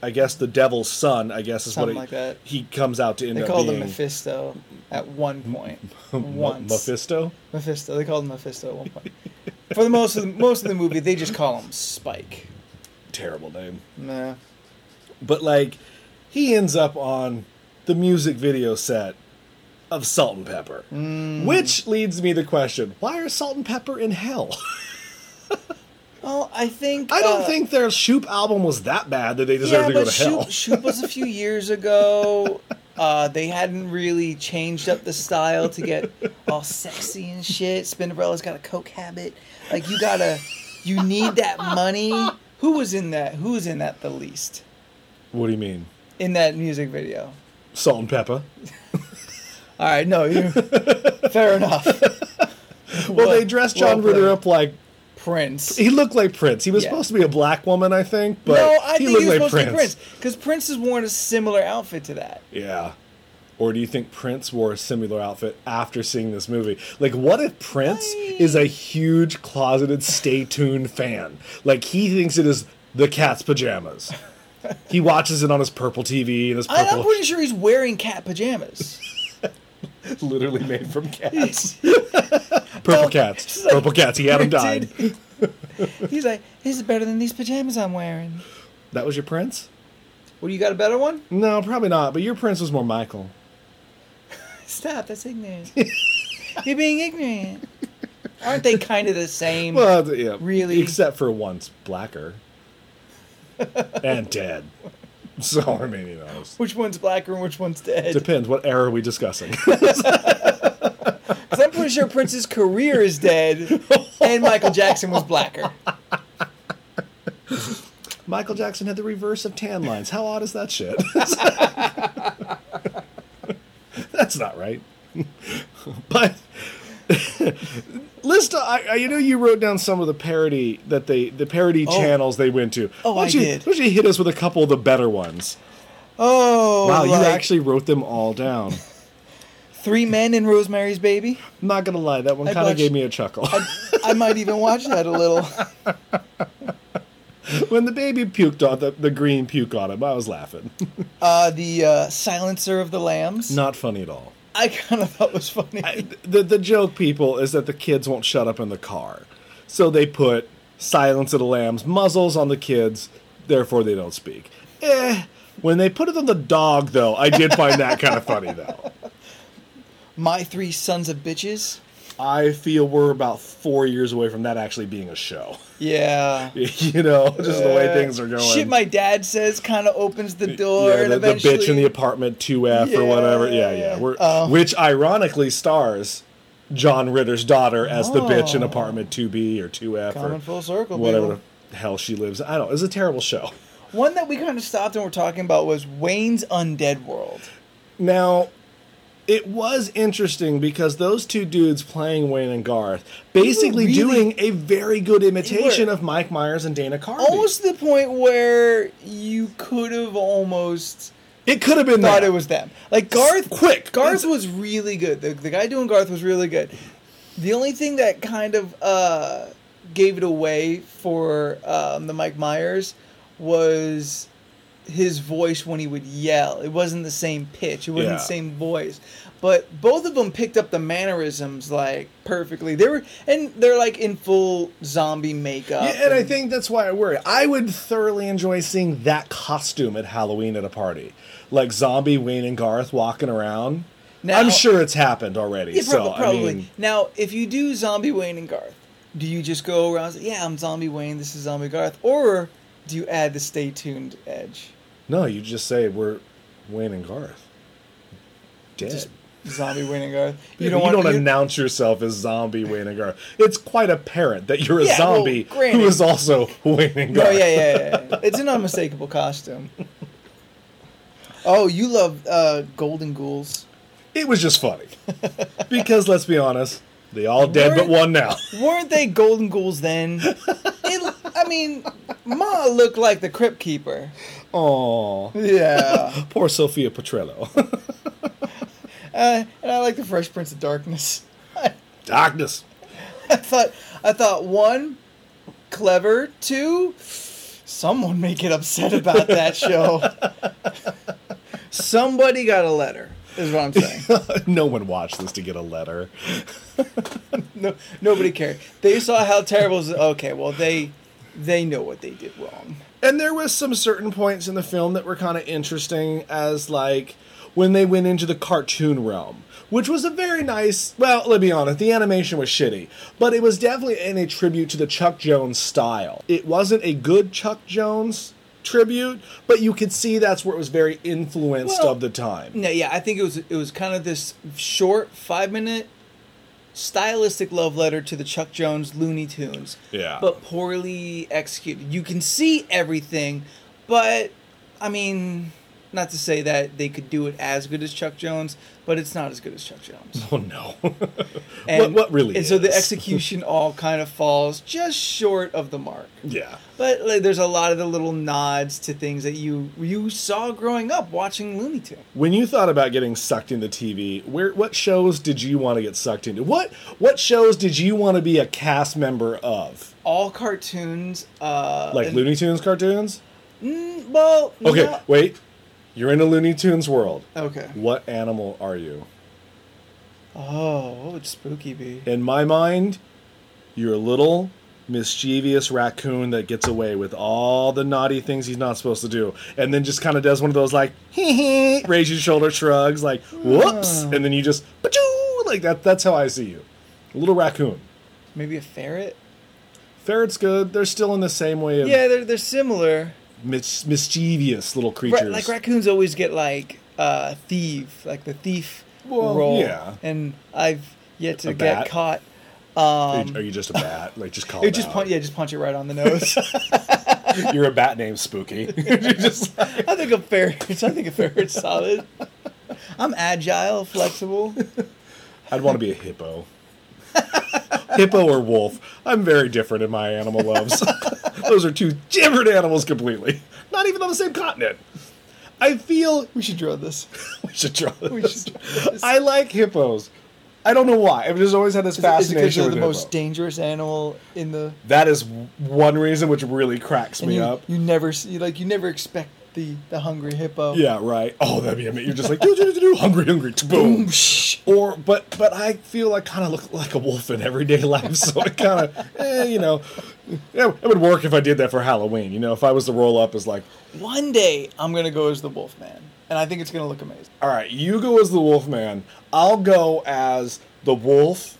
[SPEAKER 1] I guess the devil's son. I guess is
[SPEAKER 2] Something
[SPEAKER 1] what
[SPEAKER 2] like
[SPEAKER 1] he,
[SPEAKER 2] that.
[SPEAKER 1] he comes out to end
[SPEAKER 2] they
[SPEAKER 1] up
[SPEAKER 2] called him
[SPEAKER 1] being.
[SPEAKER 2] Mephisto at one
[SPEAKER 1] [LAUGHS]
[SPEAKER 2] point.
[SPEAKER 1] Mu-
[SPEAKER 2] Once
[SPEAKER 1] Mephisto.
[SPEAKER 2] Mephisto, they called him Mephisto at one point. for the most of the, most of the movie, they just call him Spike.
[SPEAKER 1] Terrible name.
[SPEAKER 2] Nah.
[SPEAKER 1] But like, he ends up on the music video set of Salt and Pepper,
[SPEAKER 2] Mm.
[SPEAKER 1] which leads me to question: Why are Salt and Pepper in hell? [LAUGHS]
[SPEAKER 2] Well, I think
[SPEAKER 1] I don't
[SPEAKER 2] uh,
[SPEAKER 1] think their Shoop album was that bad that they deserve to go to hell.
[SPEAKER 2] Shoop, Shoop was a few
[SPEAKER 1] [LAUGHS]
[SPEAKER 2] years ago. Uh, they hadn't really changed up the style to get all sexy and shit. Spinderella's got a coke habit. Like you gotta, you need that money. Who was in that? Who was in that the least
[SPEAKER 1] What do you mean?
[SPEAKER 2] in that music video?
[SPEAKER 1] Salt and
[SPEAKER 2] [LAUGHS]
[SPEAKER 1] pepper.
[SPEAKER 2] All right, no, you. Fair enough.
[SPEAKER 1] [LAUGHS] Well, they dressed John
[SPEAKER 2] well
[SPEAKER 1] Ritter
[SPEAKER 2] played.
[SPEAKER 1] up like
[SPEAKER 2] Prince.
[SPEAKER 1] he looked like Prince. He was
[SPEAKER 2] Yeah.
[SPEAKER 1] supposed to be a black woman, I think, but
[SPEAKER 2] no, I
[SPEAKER 1] he
[SPEAKER 2] think
[SPEAKER 1] looked
[SPEAKER 2] he was
[SPEAKER 1] like
[SPEAKER 2] supposed
[SPEAKER 1] Prince.
[SPEAKER 2] to be Prince because Prince has worn a similar outfit to that.
[SPEAKER 1] Yeah. Or do you think Prince wore a similar outfit after seeing this movie? Like, what if Prince is a huge closeted Stay Tuned fan? Like, he thinks it is the cat's pajamas. He watches it on his purple TV and his
[SPEAKER 2] I, I'm
[SPEAKER 1] purple,
[SPEAKER 2] pretty sure he's wearing
[SPEAKER 1] [LAUGHS]
[SPEAKER 2] cat pajamas.
[SPEAKER 1] literally made from
[SPEAKER 2] [LAUGHS]
[SPEAKER 1] cats,
[SPEAKER 2] He's-
[SPEAKER 1] purple cats,
[SPEAKER 2] It's like
[SPEAKER 1] purple cats. He had
[SPEAKER 2] [LAUGHS]
[SPEAKER 1] him dyed.
[SPEAKER 2] printed. He's like, this is better than these pajamas I'm wearing.
[SPEAKER 1] That was your Prince?
[SPEAKER 2] What, you got a better one?
[SPEAKER 1] No, probably not. But your Prince was more Michael.
[SPEAKER 2] Stop, that's ignorant. [LAUGHS] You're being ignorant. Aren't they kind of the same?
[SPEAKER 1] Well, th- yeah,
[SPEAKER 2] Really?
[SPEAKER 1] except for once blacker [LAUGHS] and dead. So I mean, you know, it's-
[SPEAKER 2] which one's blacker and which one's dead?
[SPEAKER 1] depends what era are we discussing. [LAUGHS]
[SPEAKER 2] 'Cause I'm pretty sure Prince's career
[SPEAKER 1] [LAUGHS]
[SPEAKER 2] is dead and Michael Jackson was blacker.
[SPEAKER 1] Michael Jackson had the reverse of tan lines. How odd is that shit? [LAUGHS] That's not right. [LAUGHS] but [LAUGHS] list, I, I, you know, you wrote down some of the parody that they, the parody
[SPEAKER 2] Oh.
[SPEAKER 1] channels they went to.
[SPEAKER 2] Oh,
[SPEAKER 1] why
[SPEAKER 2] I
[SPEAKER 1] don't you,
[SPEAKER 2] did.
[SPEAKER 1] Why don't you hit us with a couple of the better ones?
[SPEAKER 2] Oh,
[SPEAKER 1] Wow, you
[SPEAKER 2] like
[SPEAKER 1] actually wrote them all down.
[SPEAKER 2] Three Men and Rosemary's Baby?
[SPEAKER 1] I'm [LAUGHS] not gonna lie, that one
[SPEAKER 2] I
[SPEAKER 1] kind of
[SPEAKER 2] watched-
[SPEAKER 1] gave me a chuckle.
[SPEAKER 2] I might even watch that a little.
[SPEAKER 1] [LAUGHS] when the baby puked on the, the green puke on him, I was laughing. [LAUGHS]
[SPEAKER 2] Uh, the uh, Silencer of the Lambs.
[SPEAKER 1] not funny at all.
[SPEAKER 2] I kind of thought was funny.
[SPEAKER 1] I- the the joke people is that the kids won't shut up in the car, so they put Silence of the Lambs muzzles on the kids, therefore they don't speak. Eh. When they put it on the dog, though, I did find that kind of funny though.
[SPEAKER 2] My Three Sons of Bitches.
[SPEAKER 1] I feel we're about four years away from that actually being a show. [LAUGHS]
[SPEAKER 2] Yeah.
[SPEAKER 1] you know, just the way
[SPEAKER 2] Uh,
[SPEAKER 1] things are going.
[SPEAKER 2] Shit, my dad says kind of opens the door
[SPEAKER 1] yeah,
[SPEAKER 2] and
[SPEAKER 1] the, the
[SPEAKER 2] eventually.
[SPEAKER 1] bitch in the apartment 2F or whatever. Yeah, yeah.
[SPEAKER 2] Yeah.
[SPEAKER 1] We're,
[SPEAKER 2] Oh.
[SPEAKER 1] Which ironically stars John Ritter's daughter as the bitch in
[SPEAKER 2] Oh.
[SPEAKER 1] apartment 2B or 2F or
[SPEAKER 2] Coming full circle,
[SPEAKER 1] whatever
[SPEAKER 2] people.
[SPEAKER 1] the hell she lives. I don't. It's a terrible show.
[SPEAKER 2] One that we kind of stopped and were talking about was Wayne's Undead World.
[SPEAKER 1] Now, It was interesting because those two dudes playing Wayne and Garth basically
[SPEAKER 2] really-
[SPEAKER 1] doing a very good imitation
[SPEAKER 2] were-
[SPEAKER 1] of Mike Myers and Dana Carvey.
[SPEAKER 2] Almost to the point where you could have almost
[SPEAKER 1] it could have been
[SPEAKER 2] thought
[SPEAKER 1] that.
[SPEAKER 2] it was them. Like Garth,
[SPEAKER 1] quick.
[SPEAKER 2] Garth
[SPEAKER 1] It's-
[SPEAKER 2] was really good. The, the guy doing Garth was really good. The only thing that kind of uh, gave it away for um, the Mike Myers was his voice when he would yell. It wasn't the same pitch. It wasn't
[SPEAKER 1] Yeah.
[SPEAKER 2] the same voice. But both of them picked up the mannerisms like perfectly. They were and they're like in full zombie makeup.
[SPEAKER 1] Yeah, and I think that's why I worry. I would thoroughly enjoy seeing that costume at Halloween at a party, like zombie Wayne and Garth walking around.
[SPEAKER 2] Now-
[SPEAKER 1] I'm sure it's happened already.
[SPEAKER 2] Yeah,
[SPEAKER 1] so
[SPEAKER 2] prob- probably.
[SPEAKER 1] I mean,
[SPEAKER 2] now, if you do Zombie Wayne and Garth, do you just go around? and say, Yeah, I'm Zombie Wayne. This is Zombie Garth, or do you add the Stay Tuned edge?
[SPEAKER 1] no, you just say we're Wayne and Garth. Dead.
[SPEAKER 2] Just Zombie Wayne and Garth.
[SPEAKER 1] you don't,
[SPEAKER 2] want- you-
[SPEAKER 1] announce yourself as zombie Wayne and Garth. It's quite apparent that you're a
[SPEAKER 2] Yeah, well,
[SPEAKER 1] zombie
[SPEAKER 2] granted.
[SPEAKER 1] who is also [LAUGHS] Wayne and Garth.
[SPEAKER 2] No, yeah, yeah, yeah, yeah. It's an
[SPEAKER 1] [LAUGHS]
[SPEAKER 2] unmistakable costume. Oh, you love uh, Golden Ghouls.
[SPEAKER 1] It was just
[SPEAKER 2] [LAUGHS]
[SPEAKER 1] funny because let's be honest, they all dead but
[SPEAKER 2] Weren't-
[SPEAKER 1] one
[SPEAKER 2] [LAUGHS]
[SPEAKER 1] now.
[SPEAKER 2] Weren't they Golden Ghouls then? It, I mean, Ma looked like the Crypt Keeper.
[SPEAKER 1] Oh,
[SPEAKER 2] Yeah.
[SPEAKER 1] poor Sophia Petrello. [LAUGHS]
[SPEAKER 2] Uh, and I like the Fresh Prince of Darkness.
[SPEAKER 1] Darkness. [LAUGHS]
[SPEAKER 2] I thought I thought one clever, two someone may get upset about that show. Somebody got a letter, is what I'm saying.
[SPEAKER 1] no one watched this to get a letter.
[SPEAKER 2] [LAUGHS] No, nobody cared. They saw how terrible. It was. Okay, well they they know what they did wrong.
[SPEAKER 1] And there was some certain points in the film that were kind of interesting as like when they went into the cartoon realm, which was a very nice, well, let me be honest, the animation was shitty, but it was definitely in a tribute to the Chuck Jones style. It wasn't a good Chuck Jones tribute, but you could see that's where it was very influenced
[SPEAKER 2] Well,
[SPEAKER 1] of the time.
[SPEAKER 2] No, yeah, I think it was it was kind of this short five minute stylistic love letter to the Chuck Jones Looney Tunes.
[SPEAKER 1] Yeah.
[SPEAKER 2] But poorly executed. You can see everything, but I mean, not to say that they could do it as good as Chuck Jones, but it's not as good as Chuck Jones.
[SPEAKER 1] Oh no. [LAUGHS] what what really
[SPEAKER 2] And so the
[SPEAKER 1] is. [LAUGHS]
[SPEAKER 2] execution all kind of falls just short of the mark.
[SPEAKER 1] Yeah.
[SPEAKER 2] But like, there's a lot of the little nods to things that you you saw growing up watching Looney Tunes.
[SPEAKER 1] When you thought about getting sucked into TV, where what shows did you want to get sucked into? What what shows did you want to be a cast member of?
[SPEAKER 2] all cartoons. Uh,
[SPEAKER 1] Like
[SPEAKER 2] and-
[SPEAKER 1] Looney Tunes cartoons?
[SPEAKER 2] Mm, well,
[SPEAKER 1] Okay,
[SPEAKER 2] no-
[SPEAKER 1] wait. You're in a Looney Tunes world.
[SPEAKER 2] Okay.
[SPEAKER 1] What animal are you?
[SPEAKER 2] Oh, what would Spooky be?
[SPEAKER 1] In my mind, you're a little mischievous raccoon that gets away with all the naughty things he's not supposed to do and then just kind of does one of those like [LAUGHS] hee hee raise your shoulder shrugs like whoops
[SPEAKER 2] Oh.
[SPEAKER 1] and then you just "Pachoo!" like that that's how I see you. A little raccoon.
[SPEAKER 2] Maybe a ferret.
[SPEAKER 1] Ferret's good. They're still in the same way of
[SPEAKER 2] Yeah, they're they're similar.
[SPEAKER 1] mis- mischievous little
[SPEAKER 2] Ra-
[SPEAKER 1] creatures.
[SPEAKER 2] like raccoons always get like uh, thief, like the thief
[SPEAKER 1] Well,
[SPEAKER 2] role.
[SPEAKER 1] yeah.
[SPEAKER 2] And I've yet to
[SPEAKER 1] A
[SPEAKER 2] get
[SPEAKER 1] bat?
[SPEAKER 2] caught.
[SPEAKER 1] Are
[SPEAKER 2] Um,
[SPEAKER 1] you- are you just a bat? Like just call
[SPEAKER 2] [LAUGHS] it
[SPEAKER 1] it
[SPEAKER 2] just
[SPEAKER 1] out.
[SPEAKER 2] punch, yeah, just punch it right on the nose. [LAUGHS]
[SPEAKER 1] You're a bat named Spooky. [LAUGHS] You're just like-
[SPEAKER 2] I think a ferret. I think a ferret's solid. I'm agile, flexible.
[SPEAKER 1] I'd want to be a hippo. [LAUGHS] hippo or wolf. I'm very different in my animal loves. [LAUGHS] Those are two different animals completely. Not even on the same continent. I feel [LAUGHS]
[SPEAKER 2] We should draw this.
[SPEAKER 1] we should draw this.
[SPEAKER 2] We should draw this.
[SPEAKER 1] I like hippos. I don't know why. I've just always had this
[SPEAKER 2] Is it
[SPEAKER 1] fascination
[SPEAKER 2] because they're
[SPEAKER 1] with
[SPEAKER 2] the
[SPEAKER 1] hippo.
[SPEAKER 2] most dangerous animal in the
[SPEAKER 1] that is one reason which really cracks
[SPEAKER 2] And
[SPEAKER 1] me
[SPEAKER 2] you,
[SPEAKER 1] up.
[SPEAKER 2] you never see like you never expect the the hungry hippo.
[SPEAKER 1] Yeah, right. Oh, that'd be amazing. You're just like do do do do, hungry, hungry, boom. Or, but but I feel I kind of look like a wolf in everyday life, [LAUGHS] so I kind of, eh, you know, yeah, it would work if I did that for Halloween. You know, if I was to roll up as like,
[SPEAKER 2] One day I'm gonna go as the wolf man, and I think it's gonna look amazing.
[SPEAKER 1] all right, you go as the wolf man, I'll go as the wolf,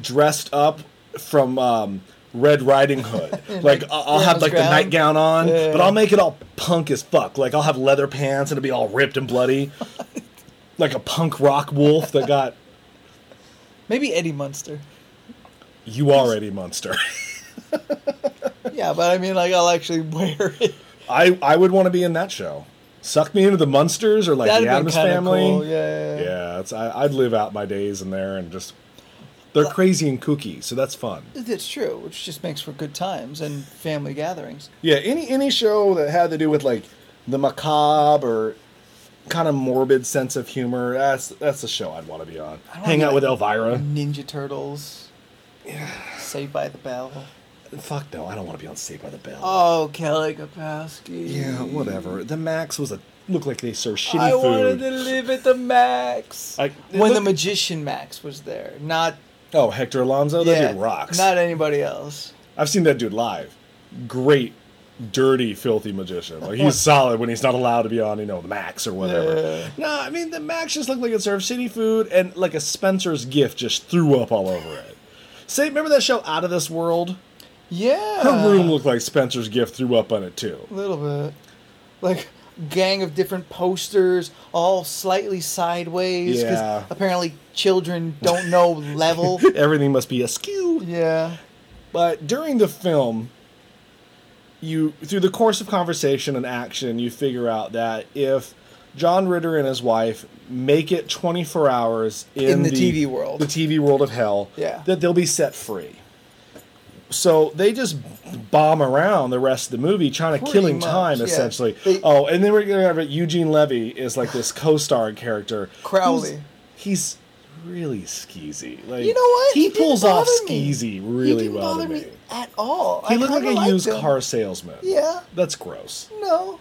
[SPEAKER 1] dressed up from um, Red Riding
[SPEAKER 2] [LAUGHS]
[SPEAKER 1] Hood. like I- I'll have
[SPEAKER 2] Brown's
[SPEAKER 1] like the
[SPEAKER 2] Brown?
[SPEAKER 1] nightgown on,
[SPEAKER 2] Yeah.
[SPEAKER 1] but I'll make it all punk as fuck. Like I'll have leather pants and it'll be all ripped and
[SPEAKER 2] [LAUGHS]
[SPEAKER 1] bloody, like a punk rock wolf that got.
[SPEAKER 2] Maybe Eddie Munster.
[SPEAKER 1] You already monster. [LAUGHS]
[SPEAKER 2] Yeah, but I mean like I'll actually [LAUGHS] wear it.
[SPEAKER 1] I I would want to be in that show. Suck me into the Munsters or like
[SPEAKER 2] That'd
[SPEAKER 1] the
[SPEAKER 2] have
[SPEAKER 1] Adams
[SPEAKER 2] been kind of
[SPEAKER 1] Family.
[SPEAKER 2] cool. Yeah. yeah, yeah.
[SPEAKER 1] Yeah. yeah, it's I, I'd live out my days in there and just they're crazy and kooky, so that's fun.
[SPEAKER 2] That's true, which just makes for good times and family gatherings.
[SPEAKER 1] Yeah, any any show that had to do with like the macabre or kind of morbid sense of humor, that's that's a show I'd want to be on.
[SPEAKER 2] I don't
[SPEAKER 1] Hang
[SPEAKER 2] know,
[SPEAKER 1] out with
[SPEAKER 2] like-
[SPEAKER 1] Elvira.
[SPEAKER 2] Ninja Turtles. Yeah. Saved by the Bell.
[SPEAKER 1] Fuck no, I don't want to be on Saved by the Bell.
[SPEAKER 2] Oh, Kelly Kapowski.
[SPEAKER 1] yeah, whatever. The Max was a looked like they served shitty
[SPEAKER 2] I
[SPEAKER 1] food.
[SPEAKER 2] wanted to live at the Max.
[SPEAKER 1] I-
[SPEAKER 2] when the
[SPEAKER 1] look-
[SPEAKER 2] magician Max was there, not
[SPEAKER 1] Oh, Hector Alonso, that
[SPEAKER 2] yeah,
[SPEAKER 1] dude rocks.
[SPEAKER 2] Not anybody else.
[SPEAKER 1] I've seen that dude live. Great, dirty, filthy magician. Like he's solid when he's not allowed to be on, you know, the Max or whatever.
[SPEAKER 2] Yeah.
[SPEAKER 1] No, I mean the Max just looked like it served city food and like a Spencer's gift just threw up all over it. Say, remember that show Out of This World?
[SPEAKER 2] Yeah,
[SPEAKER 1] Her room looked like Spencer's gift threw up on it too.
[SPEAKER 2] a little bit like gang of different posters, all slightly sideways. 'cause
[SPEAKER 1] Yeah.
[SPEAKER 2] apparently children don't
[SPEAKER 1] [LAUGHS]
[SPEAKER 2] know level.
[SPEAKER 1] Everything must be askew.
[SPEAKER 2] Yeah,
[SPEAKER 1] But during the film, you through the course of conversation and action, you figure out that if John Ritter and his wife make it 24 hours in,
[SPEAKER 2] In the TV world.
[SPEAKER 1] the TV world of hell,
[SPEAKER 2] Yeah.
[SPEAKER 1] that they'll be set free. So they just bomb around the rest of the movie, trying to
[SPEAKER 2] Pretty
[SPEAKER 1] killing
[SPEAKER 2] much,
[SPEAKER 1] time
[SPEAKER 2] yeah.
[SPEAKER 1] essentially.
[SPEAKER 2] They-
[SPEAKER 1] oh, and then we're gonna have Eugene Levy is like this co-star character.
[SPEAKER 2] Crowley.
[SPEAKER 1] who's- He's really skeezy. Like
[SPEAKER 2] you know what?
[SPEAKER 1] He,
[SPEAKER 2] didn't
[SPEAKER 1] pulls off
[SPEAKER 2] bother me.
[SPEAKER 1] skeezy
[SPEAKER 2] he
[SPEAKER 1] really
[SPEAKER 2] didn't
[SPEAKER 1] well
[SPEAKER 2] Bother
[SPEAKER 1] to me.
[SPEAKER 2] me at all.
[SPEAKER 1] He
[SPEAKER 2] I
[SPEAKER 1] looked like
[SPEAKER 2] kinda
[SPEAKER 1] a
[SPEAKER 2] liked
[SPEAKER 1] used
[SPEAKER 2] him.
[SPEAKER 1] car salesman.
[SPEAKER 2] Yeah.
[SPEAKER 1] That's gross.
[SPEAKER 2] No.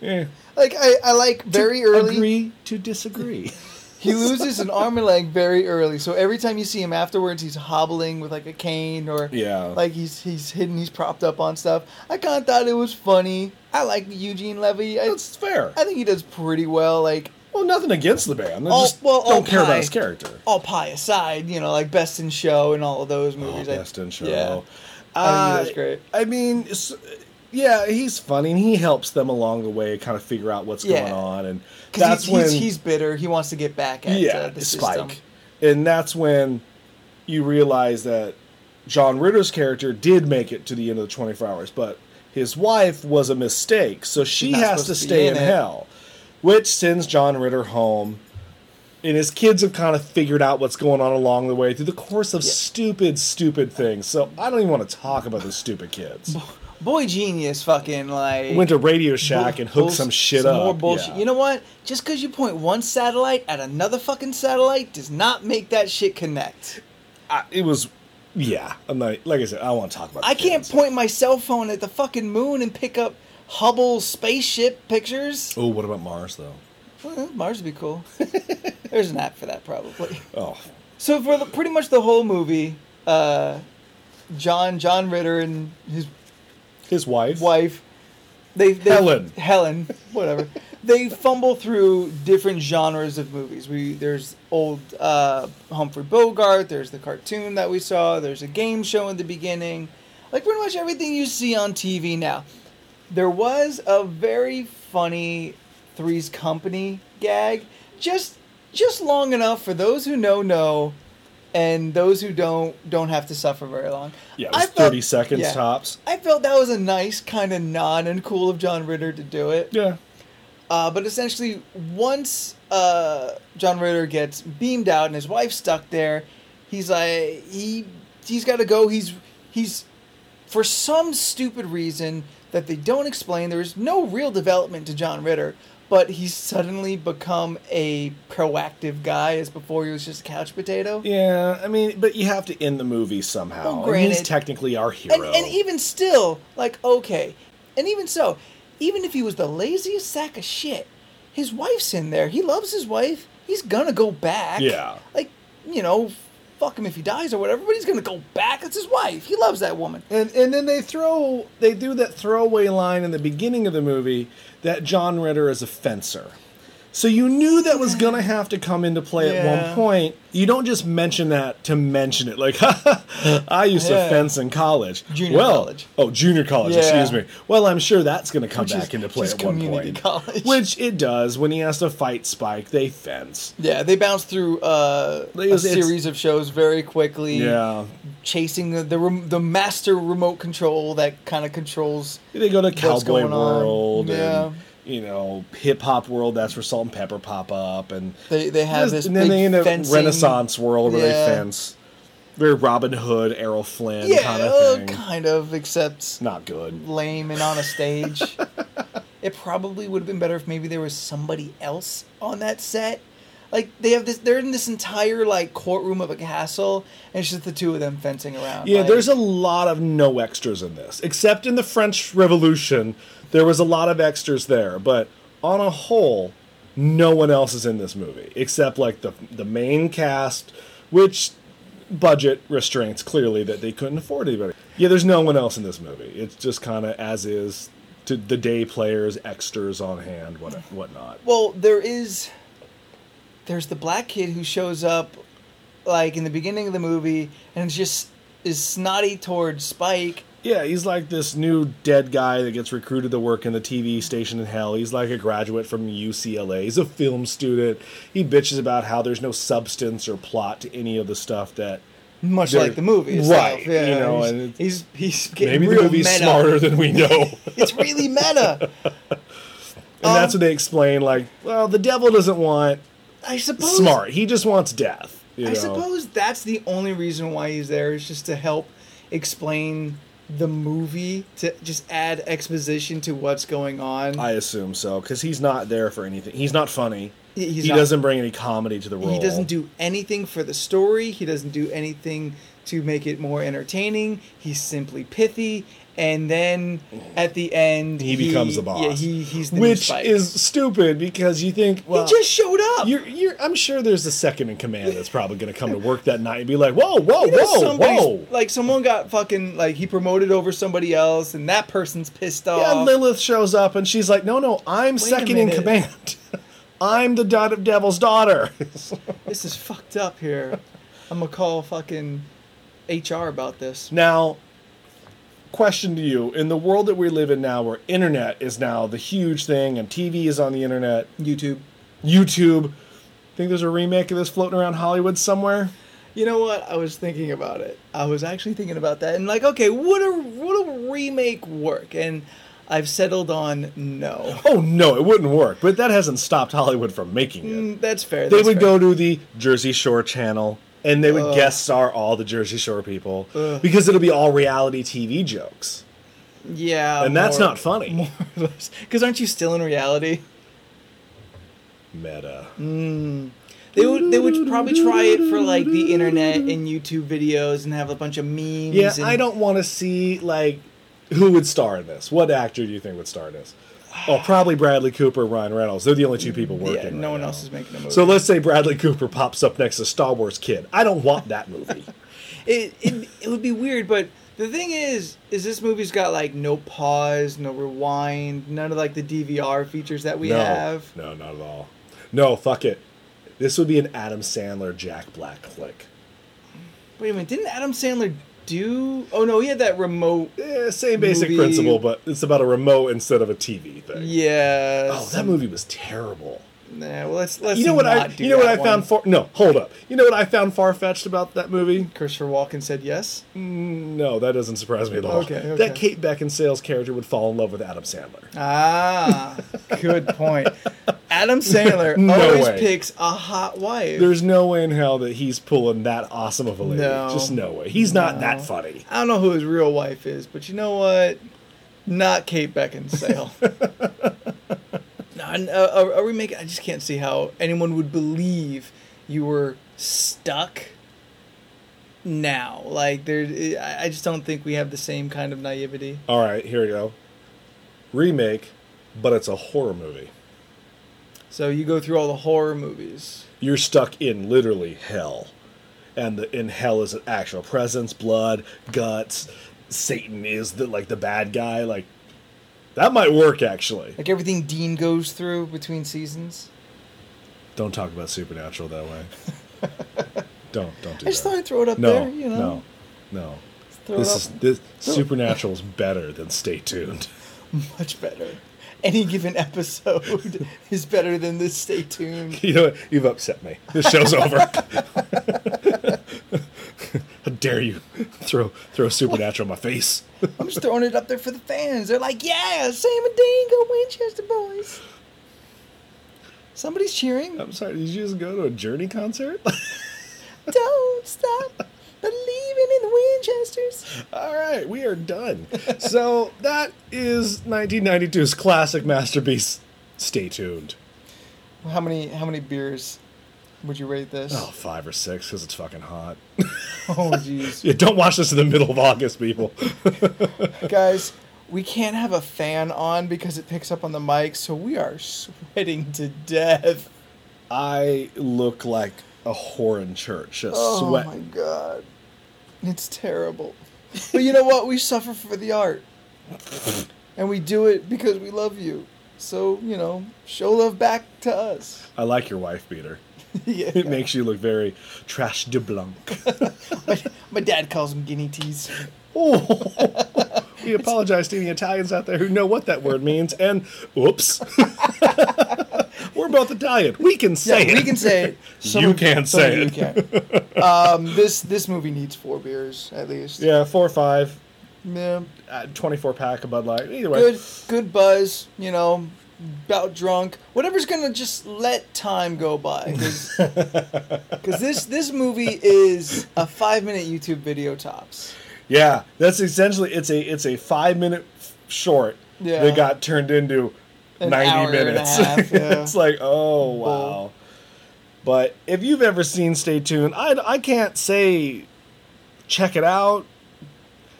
[SPEAKER 1] Yeah.
[SPEAKER 2] Like I, I like very early.
[SPEAKER 1] Agree to
[SPEAKER 2] [LAUGHS]
[SPEAKER 1] disagree.
[SPEAKER 2] He loses an arm and leg very early, so every time you see him afterwards, he's hobbling with like a cane or
[SPEAKER 1] Yeah.
[SPEAKER 2] like he's he's hidden, he's propped up on stuff. I kind of thought it was funny. I like Eugene Levy. I,
[SPEAKER 1] That's fair.
[SPEAKER 2] I think he does pretty well. Like
[SPEAKER 1] Well, nothing against the band. I
[SPEAKER 2] Oh,
[SPEAKER 1] just
[SPEAKER 2] well,
[SPEAKER 1] don't care about
[SPEAKER 2] okay.
[SPEAKER 1] his character.
[SPEAKER 2] all pie aside, you know, like Best in Show and all of those
[SPEAKER 1] Oh,
[SPEAKER 2] movies. I-
[SPEAKER 1] Best in Show.
[SPEAKER 2] Yeah.
[SPEAKER 1] Uh,
[SPEAKER 2] I think he does great.
[SPEAKER 1] I mean, s yeah, he's funny and he helps them along the way, kind of figure out what's
[SPEAKER 2] Yeah.
[SPEAKER 1] going on, and
[SPEAKER 2] Because
[SPEAKER 1] that's
[SPEAKER 2] he's,
[SPEAKER 1] when
[SPEAKER 2] he's, he's bitter. He wants to get back at uh, the system.
[SPEAKER 1] and that's when you realize that John Ritter's character did make it to the end of the 24 hours, but his wife was a mistake, so she
[SPEAKER 2] not
[SPEAKER 1] has to
[SPEAKER 2] supposed to be
[SPEAKER 1] stay
[SPEAKER 2] in
[SPEAKER 1] in
[SPEAKER 2] it.
[SPEAKER 1] hell, which sends John Ritter home. And his kids have kind of figured out what's going on along the way through the course of stupid, stupid things. So I don't even want to talk about those stupid
[SPEAKER 2] [LAUGHS]
[SPEAKER 1] kids.
[SPEAKER 2] Boy genius, fucking like
[SPEAKER 1] Went to Radio Shack
[SPEAKER 2] Bull-
[SPEAKER 1] and hooked
[SPEAKER 2] bulls-
[SPEAKER 1] some shit
[SPEAKER 2] some
[SPEAKER 1] up.
[SPEAKER 2] More bullshit.
[SPEAKER 1] Yeah.
[SPEAKER 2] You know what? Just because you point one satellite at another fucking satellite does not make that shit connect.
[SPEAKER 1] I, it was, yeah. I'm not, like I said, I don't want to talk about. the
[SPEAKER 2] I can't
[SPEAKER 1] kids.
[SPEAKER 2] point my cell phone at the fucking moon and pick up Hubble spaceship pictures.
[SPEAKER 1] Oh, what about Mars though?
[SPEAKER 2] Well, Mars would be cool. [LAUGHS] There's an app for that probably.
[SPEAKER 1] Oh,
[SPEAKER 2] So for the, pretty much the whole movie, uh, John John Ritter and his
[SPEAKER 1] his wife.
[SPEAKER 2] wife. They, they
[SPEAKER 1] Helen. [LAUGHS]
[SPEAKER 2] Helen, whatever. they fumble through different genres of movies. We there's old uh, Humphrey Bogart. There's the cartoon that we saw. There's a game show in the beginning. Like pretty much everything you see on TV now. There was a very funny Three's Company gag. Just just long enough for those who know know. And those who don't don't have to suffer very long.
[SPEAKER 1] Yeah, it
[SPEAKER 2] I
[SPEAKER 1] was
[SPEAKER 2] felt-
[SPEAKER 1] 30 seconds
[SPEAKER 2] yeah.
[SPEAKER 1] tops.
[SPEAKER 2] I felt that was a nice kind of nod and cool of John Ritter to do it.
[SPEAKER 1] Yeah.
[SPEAKER 2] Uh, but essentially, once uh, John Ritter gets beamed out and his wife's stuck there, he's like he he's got to go. He's he's for some stupid reason that they don't explain. There is no real development to John Ritter, but he's suddenly become a proactive guy, as before he was just a couch potato.
[SPEAKER 1] Yeah, I mean, but you have to end the movie somehow.
[SPEAKER 2] Well,
[SPEAKER 1] and he's
[SPEAKER 2] granted-
[SPEAKER 1] technically our hero.
[SPEAKER 2] and, and even still, like, okay. And even so, even if he was the laziest sack of shit, his wife's in there. He loves his wife. He's gonna go back.
[SPEAKER 1] Yeah.
[SPEAKER 2] Like, you know, fuck him if he dies or whatever, but he's gonna go back. It's his wife. He loves that woman.
[SPEAKER 1] and and then they throw they do that throwaway line in the beginning of the movie that John Ritter is a fencer. So you knew that was gonna have to come into play at
[SPEAKER 2] Yeah.
[SPEAKER 1] one point. You don't just mention that to mention it. Like, [LAUGHS] I used
[SPEAKER 2] Yeah.
[SPEAKER 1] to fence in college.
[SPEAKER 2] Junior
[SPEAKER 1] well,
[SPEAKER 2] college.
[SPEAKER 1] Oh, junior college.
[SPEAKER 2] Yeah.
[SPEAKER 1] Excuse me. Well, I'm sure that's gonna come
[SPEAKER 2] Which is
[SPEAKER 1] back into play
[SPEAKER 2] just
[SPEAKER 1] at one
[SPEAKER 2] community
[SPEAKER 1] point.
[SPEAKER 2] college.
[SPEAKER 1] Which it does when he has to fight Spike. They fence.
[SPEAKER 2] Yeah, they bounce through uh,
[SPEAKER 1] It
[SPEAKER 2] a
[SPEAKER 1] was- it's-
[SPEAKER 2] series of shows very quickly.
[SPEAKER 1] Yeah.
[SPEAKER 2] Chasing the the, rem- the master remote control that kind of controls
[SPEAKER 1] They go to
[SPEAKER 2] what's
[SPEAKER 1] Cowboy
[SPEAKER 2] going on.
[SPEAKER 1] World.
[SPEAKER 2] Yeah.
[SPEAKER 1] And, you know hip hop world. That's where Salt and Pepper pop up, and
[SPEAKER 2] They they have this
[SPEAKER 1] and then
[SPEAKER 2] big
[SPEAKER 1] they end up
[SPEAKER 2] fencing-
[SPEAKER 1] Renaissance world where
[SPEAKER 2] Yeah.
[SPEAKER 1] they fence. Very Robin Hood, Errol Flynn
[SPEAKER 2] Yeah,
[SPEAKER 1] kind
[SPEAKER 2] uh,
[SPEAKER 1] of thing.
[SPEAKER 2] kind of, except
[SPEAKER 1] Not good.
[SPEAKER 2] lame and on a stage. [LAUGHS] it probably would have been better if maybe there was somebody else on that set. Like they have this, they're in this entire like courtroom of a castle, and it's just the two of them fencing around.
[SPEAKER 1] Yeah,
[SPEAKER 2] like,
[SPEAKER 1] there's a lot of no extras in this, except in the French Revolution, there was a lot of extras there. But on a whole, no one else is in this movie except like the the main cast, which budget restraints clearly that they couldn't afford anybody. Yeah, there's no one else in this movie. It's just kind of as is to the day players, extras on hand, what whatnot.
[SPEAKER 2] well, there is. There's the black kid who shows up, like in the beginning of the movie, and just is snotty towards Spike.
[SPEAKER 1] Yeah, he's like this new dead guy that gets recruited to work in the TV station in hell. He's like a graduate from UCLA. He's a film student. He bitches about how there's no substance or plot to any of the stuff that
[SPEAKER 2] Much
[SPEAKER 1] They're-
[SPEAKER 2] like the movie, itself.
[SPEAKER 1] right,
[SPEAKER 2] Yeah,
[SPEAKER 1] you know,
[SPEAKER 2] he's,
[SPEAKER 1] and it's-
[SPEAKER 2] he's he's getting
[SPEAKER 1] maybe the
[SPEAKER 2] real
[SPEAKER 1] movie's
[SPEAKER 2] meta.
[SPEAKER 1] smarter than we know.
[SPEAKER 2] [LAUGHS] It's really meta. Um,
[SPEAKER 1] and that's what they explain. Like, well, the devil doesn't want
[SPEAKER 2] I suppose
[SPEAKER 1] smart. He just wants death. You
[SPEAKER 2] I
[SPEAKER 1] know?
[SPEAKER 2] suppose that's the only reason why he's there is just to help explain the movie to just add exposition to what's going on.
[SPEAKER 1] I assume so because he's not there for anything. He's not funny.
[SPEAKER 2] He- he's
[SPEAKER 1] he
[SPEAKER 2] not-
[SPEAKER 1] doesn't bring any comedy to the role.
[SPEAKER 2] he doesn't do anything for the story. He doesn't do anything to make it more entertaining. He's simply pithy, and then at the end
[SPEAKER 1] Mm. He becomes the boss.
[SPEAKER 2] Yeah, he, he's the new
[SPEAKER 1] which
[SPEAKER 2] Spike.
[SPEAKER 1] is stupid because you think well,
[SPEAKER 2] he just showed up.
[SPEAKER 1] You're, you're, I'm sure there's a second in command that's probably going to come to work that night and be like, whoa, whoa,
[SPEAKER 2] You know,
[SPEAKER 1] whoa,
[SPEAKER 2] somebody's-
[SPEAKER 1] whoa.
[SPEAKER 2] Like someone got fucking like he promoted over somebody else, and that person's pissed off.
[SPEAKER 1] yeah, Lilith shows up and she's like, no, no, I'm
[SPEAKER 2] a
[SPEAKER 1] second in
[SPEAKER 2] minute.
[SPEAKER 1] command. [LAUGHS] I'm the da- devil's daughter. [LAUGHS]
[SPEAKER 2] this is fucked up here. I'm gonna call fucking HR about this.
[SPEAKER 1] now, question to you in the world that we live in now, where internet is now the huge thing and TV is on the internet,
[SPEAKER 2] YouTube.
[SPEAKER 1] YouTube, think there's a remake of this floating around Hollywood somewhere?
[SPEAKER 2] You know what? I was thinking about it. I was actually thinking about that, and like, okay, would a would a remake work? And I've settled on no.
[SPEAKER 1] Oh, no, it wouldn't work. But that hasn't stopped Hollywood from making it.
[SPEAKER 2] Mm, That's fair.
[SPEAKER 1] they
[SPEAKER 2] that's
[SPEAKER 1] would go
[SPEAKER 2] fair.
[SPEAKER 1] to the Jersey Shore channel and they would
[SPEAKER 2] Ugh.
[SPEAKER 1] guest star all the Jersey Shore people
[SPEAKER 2] Ugh.
[SPEAKER 1] because it'll be all reality TV jokes.
[SPEAKER 2] Yeah,
[SPEAKER 1] And that's
[SPEAKER 2] [LAUGHS]
[SPEAKER 1] not funny.
[SPEAKER 2] Because aren't you still in reality? [LAUGHS]
[SPEAKER 1] Meta.
[SPEAKER 2] Mm, They would they would probably try it for like the internet and YouTube videos and have a bunch of memes.
[SPEAKER 1] Yeah,
[SPEAKER 2] and
[SPEAKER 1] I don't want to see like who would star in this. What actor do you think would star in this? Oh, probably Bradley Cooper, Ryan Reynolds. They're the only two people working.
[SPEAKER 2] Mm, Yeah, no
[SPEAKER 1] right
[SPEAKER 2] one
[SPEAKER 1] now.
[SPEAKER 2] else is making a movie.
[SPEAKER 1] So let's say Bradley Cooper pops up next to Star Wars Kid. I don't want that movie.
[SPEAKER 2] it, it it would be weird, but the thing is, is this movie's got like no pause, no rewind, none of like the DVR features that [LAUGHS] we
[SPEAKER 1] no,
[SPEAKER 2] have.
[SPEAKER 1] no, not at all. No, fuck it. This would be an Adam Sandler, Jack Black click.
[SPEAKER 2] Wait a minute, didn't Adam Sandler do? Oh no, he had that remote.
[SPEAKER 1] Yeah, Eh, same basic
[SPEAKER 2] movie.
[SPEAKER 1] principle, but it's about a remote instead of a TV thing.
[SPEAKER 2] Yeah.
[SPEAKER 1] Oh, that movie was terrible.
[SPEAKER 2] Nah, well, let's let's.
[SPEAKER 1] You know what I?
[SPEAKER 2] not do
[SPEAKER 1] You know what I
[SPEAKER 2] that
[SPEAKER 1] found
[SPEAKER 2] one.
[SPEAKER 1] far? No, hold up. You know what I found far fetched about that movie?
[SPEAKER 2] Christopher Walken said yes.
[SPEAKER 1] Mm. No, that doesn't surprise me at all.
[SPEAKER 2] Okay, okay.
[SPEAKER 1] That Kate Beckinsale's character would fall in love with Adam Sandler.
[SPEAKER 2] Ah,
[SPEAKER 1] [LAUGHS]
[SPEAKER 2] good point. Adam Sandler
[SPEAKER 1] No
[SPEAKER 2] always
[SPEAKER 1] way.
[SPEAKER 2] picks a hot wife.
[SPEAKER 1] There's no way in hell that he's pulling that awesome of a lady.
[SPEAKER 2] No.
[SPEAKER 1] Just no way. He's not
[SPEAKER 2] No.
[SPEAKER 1] that funny.
[SPEAKER 2] I don't know who his real wife is, but you know what? Not Kate Beckinsale. no, uh, and a, a, a remake. I just can't see how anyone would believe you were stuck now. Like there, I, I just don't think we have the same kind of naivety.
[SPEAKER 1] All right, here we go. Remake, but it's a horror movie.
[SPEAKER 2] So you go through all the horror movies.
[SPEAKER 1] you're stuck in literally hell. And the in hell is an actual presence, blood, guts. Satan is the like the bad guy. Like that might work actually.
[SPEAKER 2] Like everything Dean goes through between seasons.
[SPEAKER 1] Don't talk about supernatural that
[SPEAKER 2] [LAUGHS]
[SPEAKER 1] way. don't don't do
[SPEAKER 2] I just
[SPEAKER 1] that.
[SPEAKER 2] thought I'd throw it up
[SPEAKER 1] no,
[SPEAKER 2] there. You know.
[SPEAKER 1] no, no.
[SPEAKER 2] Throw it
[SPEAKER 1] This
[SPEAKER 2] up.
[SPEAKER 1] is this supernatural is better than stay tuned. [LAUGHS]
[SPEAKER 2] [LAUGHS] much better. Any given episode is better than this. Stay tuned. [LAUGHS]
[SPEAKER 1] You know what? you've upset me. This show's over. [LAUGHS] How dare you throw throw Supernatural in my face?
[SPEAKER 2] I'm just throwing it up there for the fans. They're like, yeah, Sam and Dean go Winchester boys. Somebody's cheering.
[SPEAKER 1] I'm sorry, did you just go to a Journey concert?
[SPEAKER 2] [LAUGHS]
[SPEAKER 1] [LAUGHS]
[SPEAKER 2] Don't stop believing in the Winchesters.
[SPEAKER 1] All right, we are done. so that is 1992's classic masterpiece. Stay tuned.
[SPEAKER 2] How many how many beers would you rate this?
[SPEAKER 1] Oh, five or six because it's fucking hot. [LAUGHS]
[SPEAKER 2] [LAUGHS] Oh, jeez.
[SPEAKER 1] yeah, don't watch this in the middle of August, people.
[SPEAKER 2] Guys, we can't have a fan on because it picks up on the mic, so we are sweating to death.
[SPEAKER 1] I look like a whore in church, just
[SPEAKER 2] Oh
[SPEAKER 1] sweat.
[SPEAKER 2] my god. It's terrible. But you know what? We suffer for the art. And we do it because we love you. So, you know, show love back to us. [LAUGHS]
[SPEAKER 1] I like your wife beater.
[SPEAKER 2] yeah.
[SPEAKER 1] It makes you look very trash de blanc.
[SPEAKER 2] [LAUGHS] my, my dad calls them guinea teas.
[SPEAKER 1] Oh, we apologize to any Italians out there who know what that word means. And oops, [LAUGHS] we're both Italian. We can say
[SPEAKER 2] yeah,
[SPEAKER 1] it.
[SPEAKER 2] we can say it. [LAUGHS] Some
[SPEAKER 1] You
[SPEAKER 2] of-
[SPEAKER 1] can't
[SPEAKER 2] some
[SPEAKER 1] say
[SPEAKER 2] of You [LAUGHS] can. Um, this this movie needs four beers at least.
[SPEAKER 1] Yeah, four or five,
[SPEAKER 2] Yeah.
[SPEAKER 1] uh, 24 pack of Bud Light. Either way,
[SPEAKER 2] Good good buzz. You know, about drunk. Whatever's gonna just let time go by.
[SPEAKER 1] [LAUGHS]
[SPEAKER 2] Because this this movie is a five minute YouTube video tops.
[SPEAKER 1] yeah, that's essentially it's a it's a five minute f- short
[SPEAKER 2] Yeah.
[SPEAKER 1] that got turned into
[SPEAKER 2] An
[SPEAKER 1] 90
[SPEAKER 2] hour and a
[SPEAKER 1] minutes. [LAUGHS]
[SPEAKER 2] half, yeah.
[SPEAKER 1] it's like oh wow. But if you've ever seen Stay Tuned, I I can't say check it out.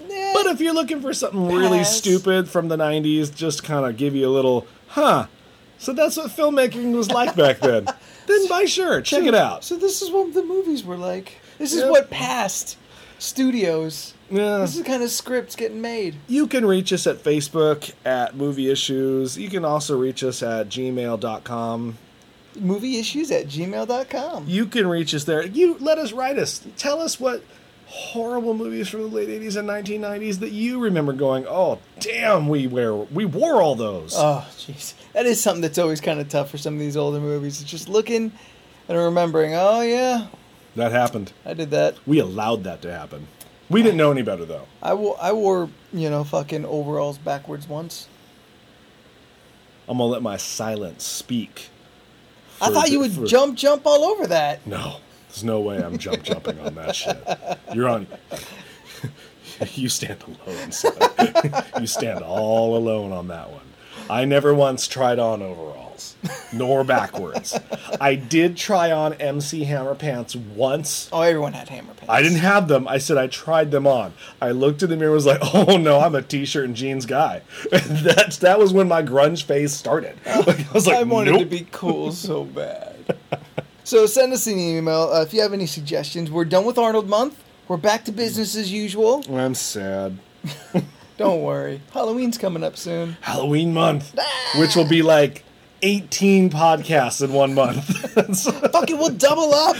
[SPEAKER 2] Nah,
[SPEAKER 1] But if you're looking for something really
[SPEAKER 2] Pass.
[SPEAKER 1] stupid from the 90s, just kind of give you a little, huh. So that's what filmmaking was like back
[SPEAKER 2] [LAUGHS]
[SPEAKER 1] then. then buy sure, check it out.
[SPEAKER 2] So this is what the movies were like. This is
[SPEAKER 1] Yep.
[SPEAKER 2] what passed studios.
[SPEAKER 1] Yeah.
[SPEAKER 2] This is the kind of scripts getting made.
[SPEAKER 1] You can reach us at Facebook at Movie Issues. You can also reach us at gmail.com.
[SPEAKER 2] Movieissues at gmail.com.
[SPEAKER 1] You can reach us there. You let us write us. Tell us what horrible movies from the late 80s and 1990s that you remember going, "Oh, damn, we wear we wore all those."
[SPEAKER 2] Oh, jeez. That is something that's always kind of tough for some of these older movies. It's just looking and remembering, oh, yeah,
[SPEAKER 1] that happened.
[SPEAKER 2] I did that.
[SPEAKER 1] We allowed that to happen. We didn't know any better though.
[SPEAKER 2] I wo- I wore, you know, fucking overalls backwards once.
[SPEAKER 1] I'm gonna let my silence speak.
[SPEAKER 2] I
[SPEAKER 1] for
[SPEAKER 2] thought
[SPEAKER 1] the-
[SPEAKER 2] you would
[SPEAKER 1] for-
[SPEAKER 2] jump, jump all over that.
[SPEAKER 1] No, there's no way I'm jump jumping on that shit. You're on. [LAUGHS] you stand alone. Son. you stand all alone on that one. I never once tried on overalls, nor backwards. I did try on MC Hammer pants once.
[SPEAKER 2] Oh, everyone had hammer pants.
[SPEAKER 1] I didn't have them. I said I tried them on. I looked in the mirror and was like, oh no, I'm a t shirt and jeans guy. [LAUGHS] That's, that was when my grunge phase started. [LAUGHS] Like, I was like,
[SPEAKER 2] I wanted to
[SPEAKER 1] "Nope."
[SPEAKER 2] be
[SPEAKER 1] [LAUGHS]
[SPEAKER 2] cool so bad. so send us an email uh, if you have any suggestions. We're done with Arnold Month. We're back to business as usual.
[SPEAKER 1] I'm sad.
[SPEAKER 2] Don't worry. Halloween's coming up soon.
[SPEAKER 1] Halloween month, which will be like 18 podcasts in one month. [LAUGHS] So-
[SPEAKER 2] Fuck it, we'll double up.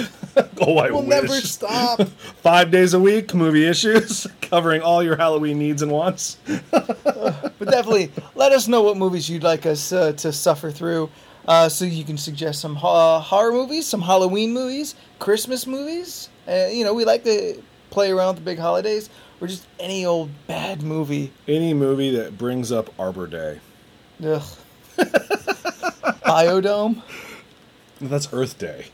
[SPEAKER 1] oh, I
[SPEAKER 2] We'll
[SPEAKER 1] wish.
[SPEAKER 2] never stop.
[SPEAKER 1] Five days a week, movie issues, [LAUGHS] covering all your Halloween needs and wants.
[SPEAKER 2] But definitely, let us know what movies you'd like us uh, to suffer through, uh, so you can suggest some ho- horror movies, some Halloween movies, Christmas movies. Uh, you know, we like to play around with the big holidays, or just any old bad movie.
[SPEAKER 1] Any movie that brings up Arbor Day. [LAUGHS]
[SPEAKER 2] Ugh. Biodome,
[SPEAKER 1] That's Earth Day.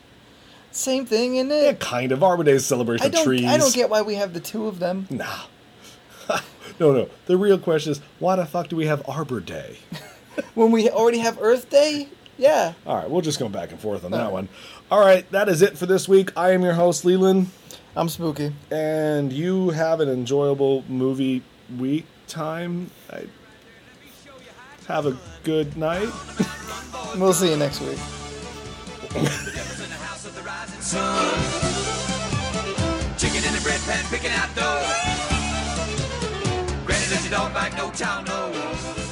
[SPEAKER 2] same thing, isn't
[SPEAKER 1] Yeah,
[SPEAKER 2] it?
[SPEAKER 1] kind of. Arbor Day is a celebration
[SPEAKER 2] I
[SPEAKER 1] of
[SPEAKER 2] don't,
[SPEAKER 1] trees.
[SPEAKER 2] I don't get why we have the two of them.
[SPEAKER 1] Nah. [LAUGHS] no, no. The real question is why the fuck do we have Arbor Day?
[SPEAKER 2] When we already have Earth Day, yeah.
[SPEAKER 1] All right, we'll just go back and forth on that
[SPEAKER 2] right.
[SPEAKER 1] one. All right, that is it for this week. I am your host, Leland.
[SPEAKER 2] I'm spooky.
[SPEAKER 1] and you have an enjoyable movie week time. I have a good night.
[SPEAKER 2] We'll see you next week.
[SPEAKER 3] in the house of the rising sun. Chicken in the bread pan, picking out dough. Granny let your dog back, no child knows.